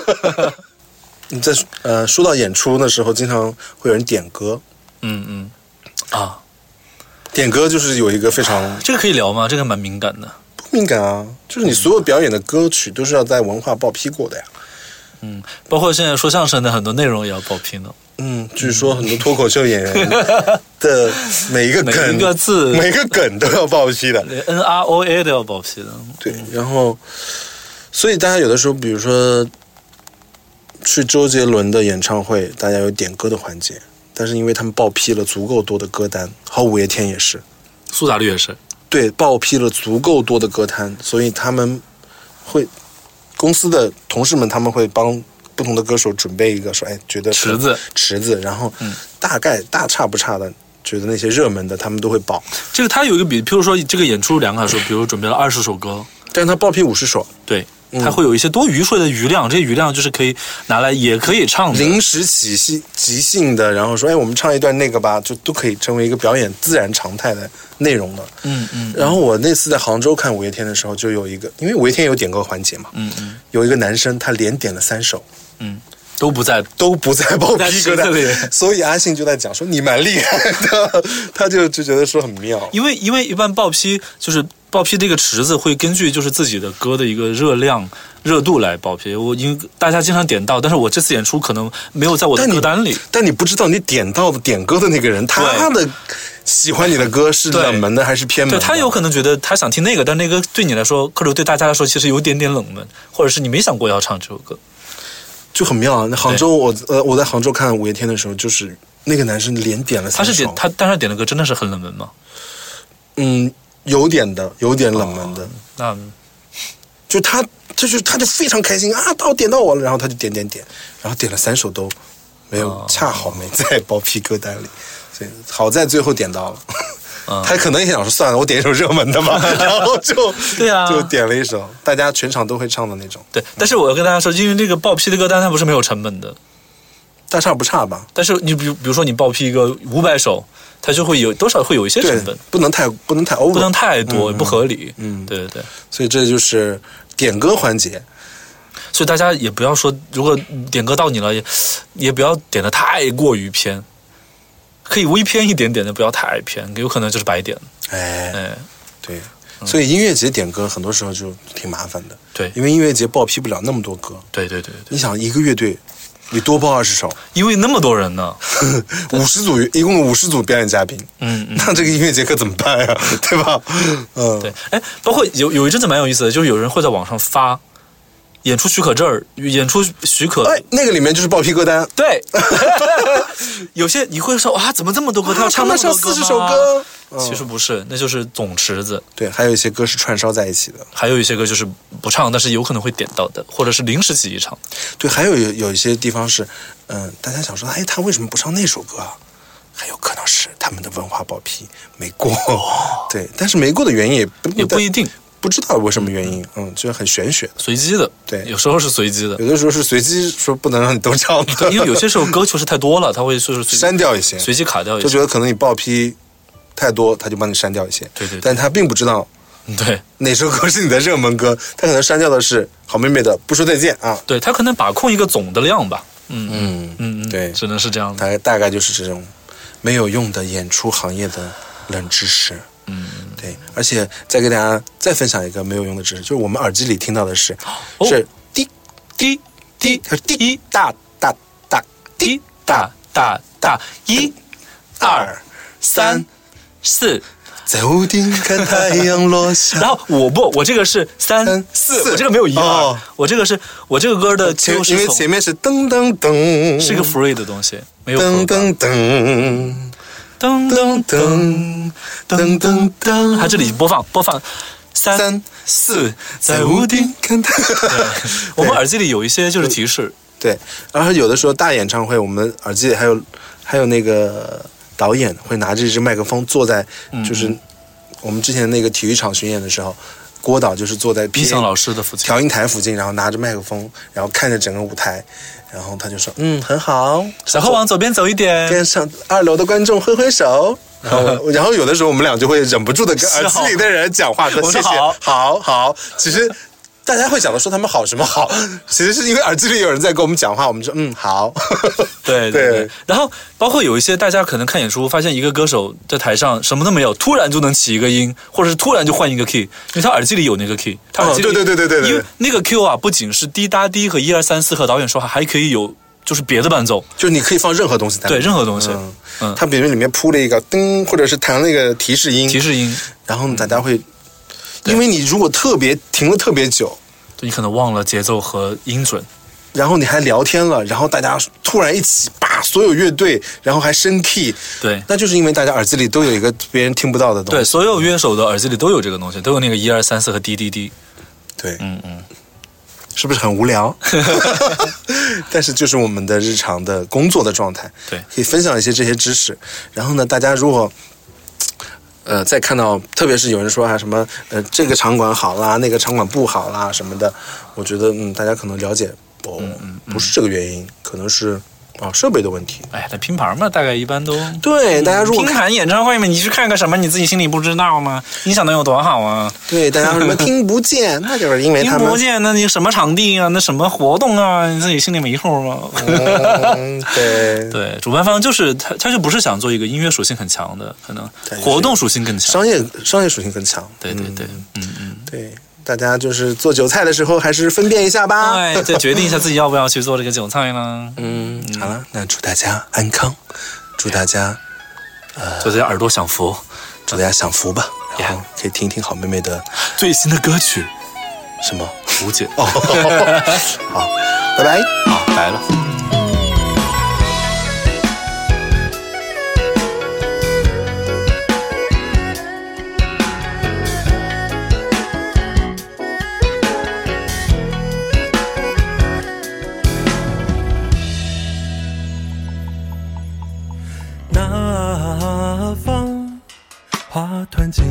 [SPEAKER 1] 你在呃说到演出的时候，经常会有人点歌，
[SPEAKER 2] 嗯嗯，啊，
[SPEAKER 1] 点歌就是有一个非常
[SPEAKER 2] 这个可以聊吗？这个蛮敏感的，
[SPEAKER 1] 不敏感啊，就是你所有表演的歌曲都是要在文化报批过的呀。
[SPEAKER 2] 嗯，包括现在说相声的很多内容也要报批呢，
[SPEAKER 1] 嗯，据说很多脱口秀演员 的每一个
[SPEAKER 2] 每
[SPEAKER 1] 梗、
[SPEAKER 2] 一个字
[SPEAKER 1] 每个梗都要报批的。
[SPEAKER 2] 连 N R O A 都要报批的，
[SPEAKER 1] 对，然后，所以大家有的时候，比如说去周杰伦的演唱会，大家有点歌的环节，但是因为他们报批了足够多的歌单，和五月天也是，
[SPEAKER 2] 苏打绿也是，
[SPEAKER 1] 对，报批了足够多的歌单，所以他们会公司的同事们他们会帮不同的歌手准备一个说，哎，觉得
[SPEAKER 2] 池子嗯
[SPEAKER 1] 池子，然后大概大差不差的，觉得那些热门的他们都会报，
[SPEAKER 2] 这个他有一个比，譬如说这个演出两个小时，比如准备了二十首歌，
[SPEAKER 1] 但是他报批五十首，
[SPEAKER 2] 对，他会有一些多余出来的余量，这些余量就是可以拿来也可以唱的。
[SPEAKER 1] 临时起兴即兴的，然后说，哎，我们唱一段那个吧，就都可以成为一个表演自然常态的内容了。
[SPEAKER 2] 嗯嗯
[SPEAKER 1] 然后我那次在杭州看五月天的时候，就有一个，因为五月天有点歌环节嘛，
[SPEAKER 2] 嗯嗯
[SPEAKER 1] 有一个男生他连点了三首，
[SPEAKER 2] 嗯，都不在。
[SPEAKER 1] 都不在 报
[SPEAKER 2] 在
[SPEAKER 1] 批
[SPEAKER 2] 池
[SPEAKER 1] 歌
[SPEAKER 2] 子
[SPEAKER 1] 单
[SPEAKER 2] 里，
[SPEAKER 1] 所以阿信就在讲说你蛮厉害的， 他就就觉得说很妙。
[SPEAKER 2] 因为因为一般报批就是报批这个池子会根据就是自己的歌的一个热量热度来报批。我因大家经常点到，但是我这次演出可能没有在我的
[SPEAKER 1] 但你
[SPEAKER 2] 歌单里。
[SPEAKER 1] 但你不知道你点到的点歌的那个人，他的喜欢你的歌是
[SPEAKER 2] 对
[SPEAKER 1] 冷门的还是偏门
[SPEAKER 2] 对
[SPEAKER 1] 的？
[SPEAKER 2] 他有可能觉得他想听那个，但那个对你来说，或者对大家来说，其实有点点冷门，或者是你没想过要唱这首歌。
[SPEAKER 1] 就很妙啊。那杭州，我呃我在杭州看五月天的时候，就是那个男生连点了
[SPEAKER 2] 他
[SPEAKER 1] 三首，
[SPEAKER 2] 是点他，但是点的歌真的是很冷门吗？
[SPEAKER 1] 嗯有点的，有点冷门的，
[SPEAKER 2] 那
[SPEAKER 1] 就他就是他就非常开心啊，到点到我了，然后他就点点点，然后点了三首都没
[SPEAKER 2] 哦
[SPEAKER 1] 有，恰好没在包批歌单里，所以好在最后点到了。
[SPEAKER 2] 嗯
[SPEAKER 1] 他可能也想说算了，我点一首热门的吧，然后就
[SPEAKER 2] 对啊
[SPEAKER 1] 就点了一首大家全场都会唱的那种，
[SPEAKER 2] 对，但是我要跟大家说，因为这个报批的歌单它不是没有成本的，
[SPEAKER 1] 大差不差吧？
[SPEAKER 2] 但是你比如比如说你报批一个五百首，它就会有多少会有一些
[SPEAKER 1] 对
[SPEAKER 2] 成本，，
[SPEAKER 1] 不能太不能太 over，
[SPEAKER 2] 不能太多，也不合理。嗯，对对对，
[SPEAKER 1] 所以这就是点歌环节。
[SPEAKER 2] 所以大家也不要说，如果点歌到你了，也也不要点的太过于偏，可以微偏一点点的，不要太偏，有可能就是白点。
[SPEAKER 1] 哎，
[SPEAKER 2] 哎，
[SPEAKER 1] 对，所以音乐节点歌很多时候就挺麻烦的，
[SPEAKER 2] 对
[SPEAKER 1] 因为音乐节报批不了那么多歌。
[SPEAKER 2] 对对对对，
[SPEAKER 1] 你想一个乐队，你多报二十首，
[SPEAKER 2] 因为那么多人呢，
[SPEAKER 1] 五十组一共五十组表演嘉宾，
[SPEAKER 2] 嗯嗯。
[SPEAKER 1] 那这个音乐节可怎么办 呀？对吧？嗯，
[SPEAKER 2] 对，哎，包括有有一阵子蛮有意思的，就是有人会在网上发演出许可证儿、演出许可，
[SPEAKER 1] 哎，那个里面就是爆批歌单，
[SPEAKER 2] 对， 有些你会说啊，怎么这么多歌？他要唱
[SPEAKER 1] 他
[SPEAKER 2] 那
[SPEAKER 1] 们
[SPEAKER 2] 么多
[SPEAKER 1] 唱
[SPEAKER 2] 歌
[SPEAKER 1] 四十首
[SPEAKER 2] 吗
[SPEAKER 1] 歌，嗯
[SPEAKER 2] 其实不是，那就是总池子，
[SPEAKER 1] 对，还有一些歌是串烧在一起的，
[SPEAKER 2] 还有一些歌就是不唱，但是有可能会点到的，或者是临时起意唱。
[SPEAKER 1] 对，还有有有一些地方是，嗯、大家想说，哎，他为什么不唱那首歌啊？很有可能是他们的文化报批没过，对，但是没过的原因也不
[SPEAKER 2] 哦也不一定
[SPEAKER 1] 不知道为什么原因，嗯，就是很玄学的，
[SPEAKER 2] 随机的，
[SPEAKER 1] 对
[SPEAKER 2] 有时候是随 机的，
[SPEAKER 1] 有的时候是随机说不能让你都唱的，
[SPEAKER 2] 因为有些时候歌确实太多了，他会就是随
[SPEAKER 1] 删掉一些，
[SPEAKER 2] 随机卡掉一
[SPEAKER 1] 就觉
[SPEAKER 2] 些。
[SPEAKER 1] 得可能你报批太多，他就帮你删掉一些，
[SPEAKER 2] 对对对
[SPEAKER 1] 但他并不知道
[SPEAKER 2] 对
[SPEAKER 1] 哪首歌是你的热门歌， 他可能删掉的是好妹妹的《不说再见》啊，
[SPEAKER 2] 对，他可能把控一个总的量吧。嗯嗯
[SPEAKER 1] 嗯，
[SPEAKER 2] 嗯，嗯
[SPEAKER 1] 对
[SPEAKER 2] 只能是这样的。
[SPEAKER 1] 大概大概就是这种没有用的演出行业的冷知识。
[SPEAKER 2] 嗯，
[SPEAKER 1] 对，而且再给大家再分享一个没有用的知识，就是我们耳机里听到的是、
[SPEAKER 2] 哦
[SPEAKER 1] 是滴
[SPEAKER 2] 滴滴呃
[SPEAKER 1] 它是滴
[SPEAKER 2] 滴
[SPEAKER 1] 哒哒哒滴
[SPEAKER 2] 滴哒哒哒，一、
[SPEAKER 1] 二
[SPEAKER 2] 二、三、四。
[SPEAKER 1] 走进看太阳落下。
[SPEAKER 2] 然后我不，我这个是
[SPEAKER 1] 三
[SPEAKER 2] 三四，
[SPEAKER 1] 四
[SPEAKER 2] 我这个没有一
[SPEAKER 1] 哦
[SPEAKER 2] 二，我这个是我这个歌的
[SPEAKER 1] 前
[SPEAKER 2] 就
[SPEAKER 1] 因
[SPEAKER 2] 是
[SPEAKER 1] 为
[SPEAKER 2] 从
[SPEAKER 1] 前面是噔噔噔，
[SPEAKER 2] 是一个 free 的东西，没有
[SPEAKER 1] 噔
[SPEAKER 2] program
[SPEAKER 1] 噔噔
[SPEAKER 2] 噔噔
[SPEAKER 1] 噔
[SPEAKER 2] 噔噔
[SPEAKER 1] 噔噔噔
[SPEAKER 2] 噔
[SPEAKER 1] 噔，
[SPEAKER 2] 噔，它这里播放播放
[SPEAKER 1] 三
[SPEAKER 2] 三四在
[SPEAKER 1] 走
[SPEAKER 2] 屋
[SPEAKER 1] 进
[SPEAKER 2] 顶。
[SPEAKER 1] 看太阳。
[SPEAKER 2] 我们耳机里有一些就是提示，
[SPEAKER 1] 对，然后有的时候大演唱会，我们耳机里还有还有那个导演会拿着一支麦克风坐在，
[SPEAKER 2] 嗯
[SPEAKER 1] 就是我们之前那个体育场巡演的时候，郭导就是坐在
[SPEAKER 2] 毕
[SPEAKER 1] 响
[SPEAKER 2] 翔老师的父亲
[SPEAKER 1] 调音台附近，然后拿着麦克风，然后看着整个舞台，然后他就说：“嗯，很好。”
[SPEAKER 2] 小猴往左边走一点，
[SPEAKER 1] 跟上二楼的观众挥 挥手。然后我，然后有的时候我们俩就会忍不住的跟
[SPEAKER 2] 是啊
[SPEAKER 1] 耳机里的人讲话，说
[SPEAKER 2] 我
[SPEAKER 1] 谢
[SPEAKER 2] 说
[SPEAKER 1] 谢，
[SPEAKER 2] 好
[SPEAKER 1] 好，好。其实大家会想到说他们好什么好， 其实是因为耳机里有人在跟我们讲话，我们说嗯好。
[SPEAKER 2] 对
[SPEAKER 1] 对
[SPEAKER 2] 对对。然后包括有一些大家可能看演出发现一个歌手在台上什么都没有，突然就能起一个音，或者是突然就换一个 key，因为他耳机里有那个 key，他耳机里、
[SPEAKER 1] 哦对对对对对对
[SPEAKER 2] 因为那个 Q 啊，不仅是滴答滴和一二三四和导演说话，还可以有就是别的伴奏，
[SPEAKER 1] 就是你可以放任何东西在
[SPEAKER 2] 对
[SPEAKER 1] 里面
[SPEAKER 2] 任何东西，
[SPEAKER 1] 嗯
[SPEAKER 2] 嗯，
[SPEAKER 1] 它比如里面铺了一个噔，或者是弹了一个提示音，
[SPEAKER 2] 提示嗯音，
[SPEAKER 1] 然后大家会，因为你如果特别停了特别久，
[SPEAKER 2] 就你可能忘了节奏和音准，
[SPEAKER 1] 然后你还聊天了，然后大家突然一起把所有乐队，然后还升 key，
[SPEAKER 2] 对
[SPEAKER 1] 那就是因为大家耳机里都有一个别人听不到的东
[SPEAKER 2] 对，
[SPEAKER 1] 西。
[SPEAKER 2] 所有乐手的耳机里都有这个东西，都有那个 E 一二三四和滴滴滴。
[SPEAKER 1] 对对，嗯嗯，是不是很无 聊？但是就是我们的日常的工作的状态，
[SPEAKER 2] 对
[SPEAKER 1] 可以分享一些这些知识。然后呢，大家如果呃，再看到，特别是有人说啊什么，呃，这个场馆好啦，那个场馆不好啦什么的，我觉得，嗯，大家可能了解不、
[SPEAKER 2] 嗯
[SPEAKER 1] 不是这个原因，可能是啊设备的问题。
[SPEAKER 2] 哎，那拼盘嘛，大概一般都。嗯
[SPEAKER 1] 对，大家如果
[SPEAKER 2] 拼
[SPEAKER 1] 看
[SPEAKER 2] 盘演唱会嘛，你去看个什么，你自己心里不知道吗？音响能有多好啊？
[SPEAKER 1] 对大家 说什么听不见，那就是因为
[SPEAKER 2] 听
[SPEAKER 1] 哎他们
[SPEAKER 2] 不见，那你什么场地啊？那什么活动啊？你自己心里没数 吗？
[SPEAKER 1] 嗯，对，
[SPEAKER 2] 对，主办方就是他，他就不是想做一个音乐属性很强的，可能
[SPEAKER 1] 对
[SPEAKER 2] 活动属性更强。
[SPEAKER 1] 商业商业属性更强。
[SPEAKER 2] 对对对，嗯嗯，
[SPEAKER 1] 对，大家就是做韭菜的时候还是分辨一下吧。
[SPEAKER 2] 哎，再决定一下自己要不要去做这个韭菜呢？
[SPEAKER 1] 嗯，好了，那祝大家安康，祝大家
[SPEAKER 2] 就这耳朵享福，
[SPEAKER 1] 祝大家享福吧，然后
[SPEAKER 2] Yeah
[SPEAKER 1] 可以听一听好妹妹的
[SPEAKER 2] 最新的歌曲
[SPEAKER 1] 什么。
[SPEAKER 2] 《无解》
[SPEAKER 1] 哦，好，拜拜。
[SPEAKER 2] 啊，来了。
[SPEAKER 3] 那方花团锦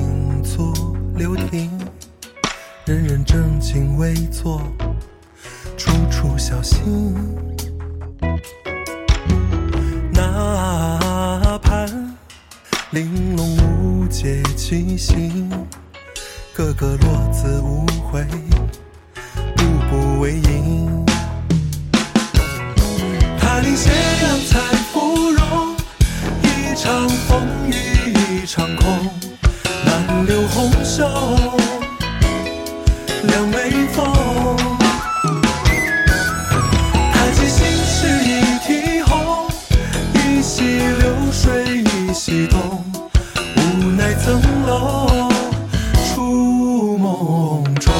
[SPEAKER 3] 簇柳亭，人人正襟危坐，处处小心。那盘玲珑无解其形，个个落子无悔，步步为营。他令斜阳彩芙蓉，一场风雨一场空，难留红袖两眉峰。太极心事一体红，一溪流水一溪东，无奈层楼出梦中。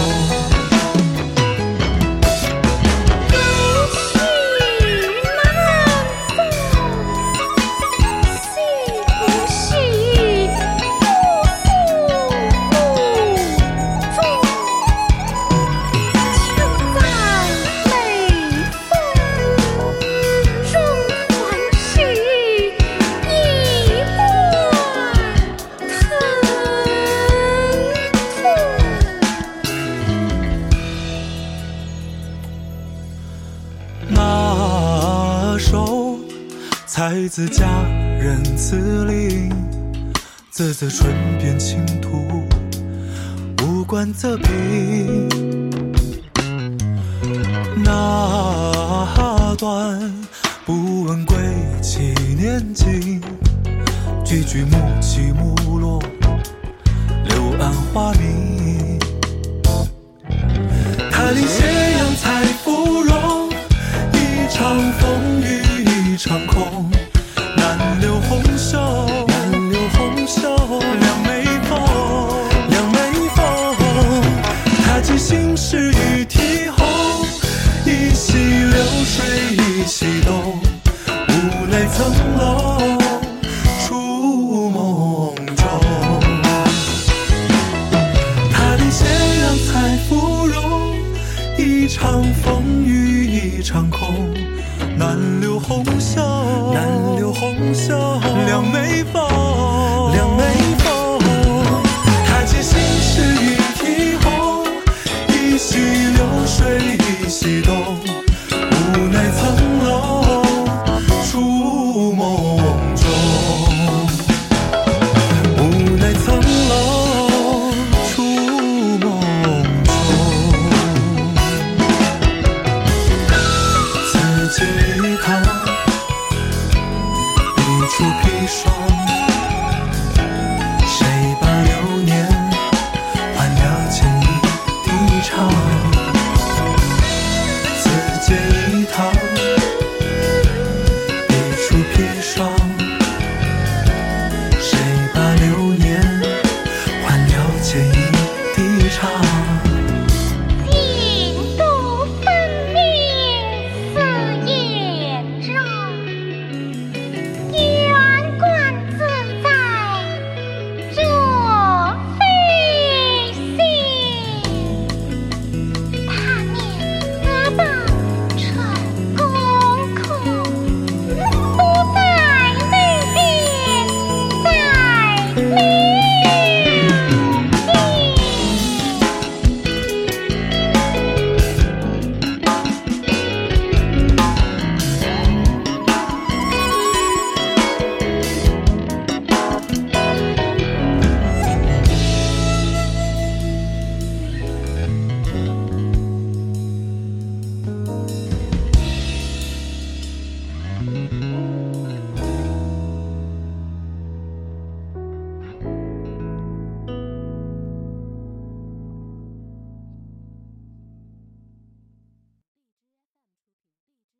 [SPEAKER 3] 对自家人自立，字字唇边轻吐，无关责备。那段不问归期年纪，句句木起木落，柳暗花明。塔里斜阳彩芙蓉，一场风雨一场空，难留红袖，难留红袖，两眉峰，两眉峰，踏尽心事与啼红，一袭流水一袭东，无奈层楼出梦中。他的斜阳彩芙蓉，一场风雨一场空，难留红袖，难留红袖，两眉峰，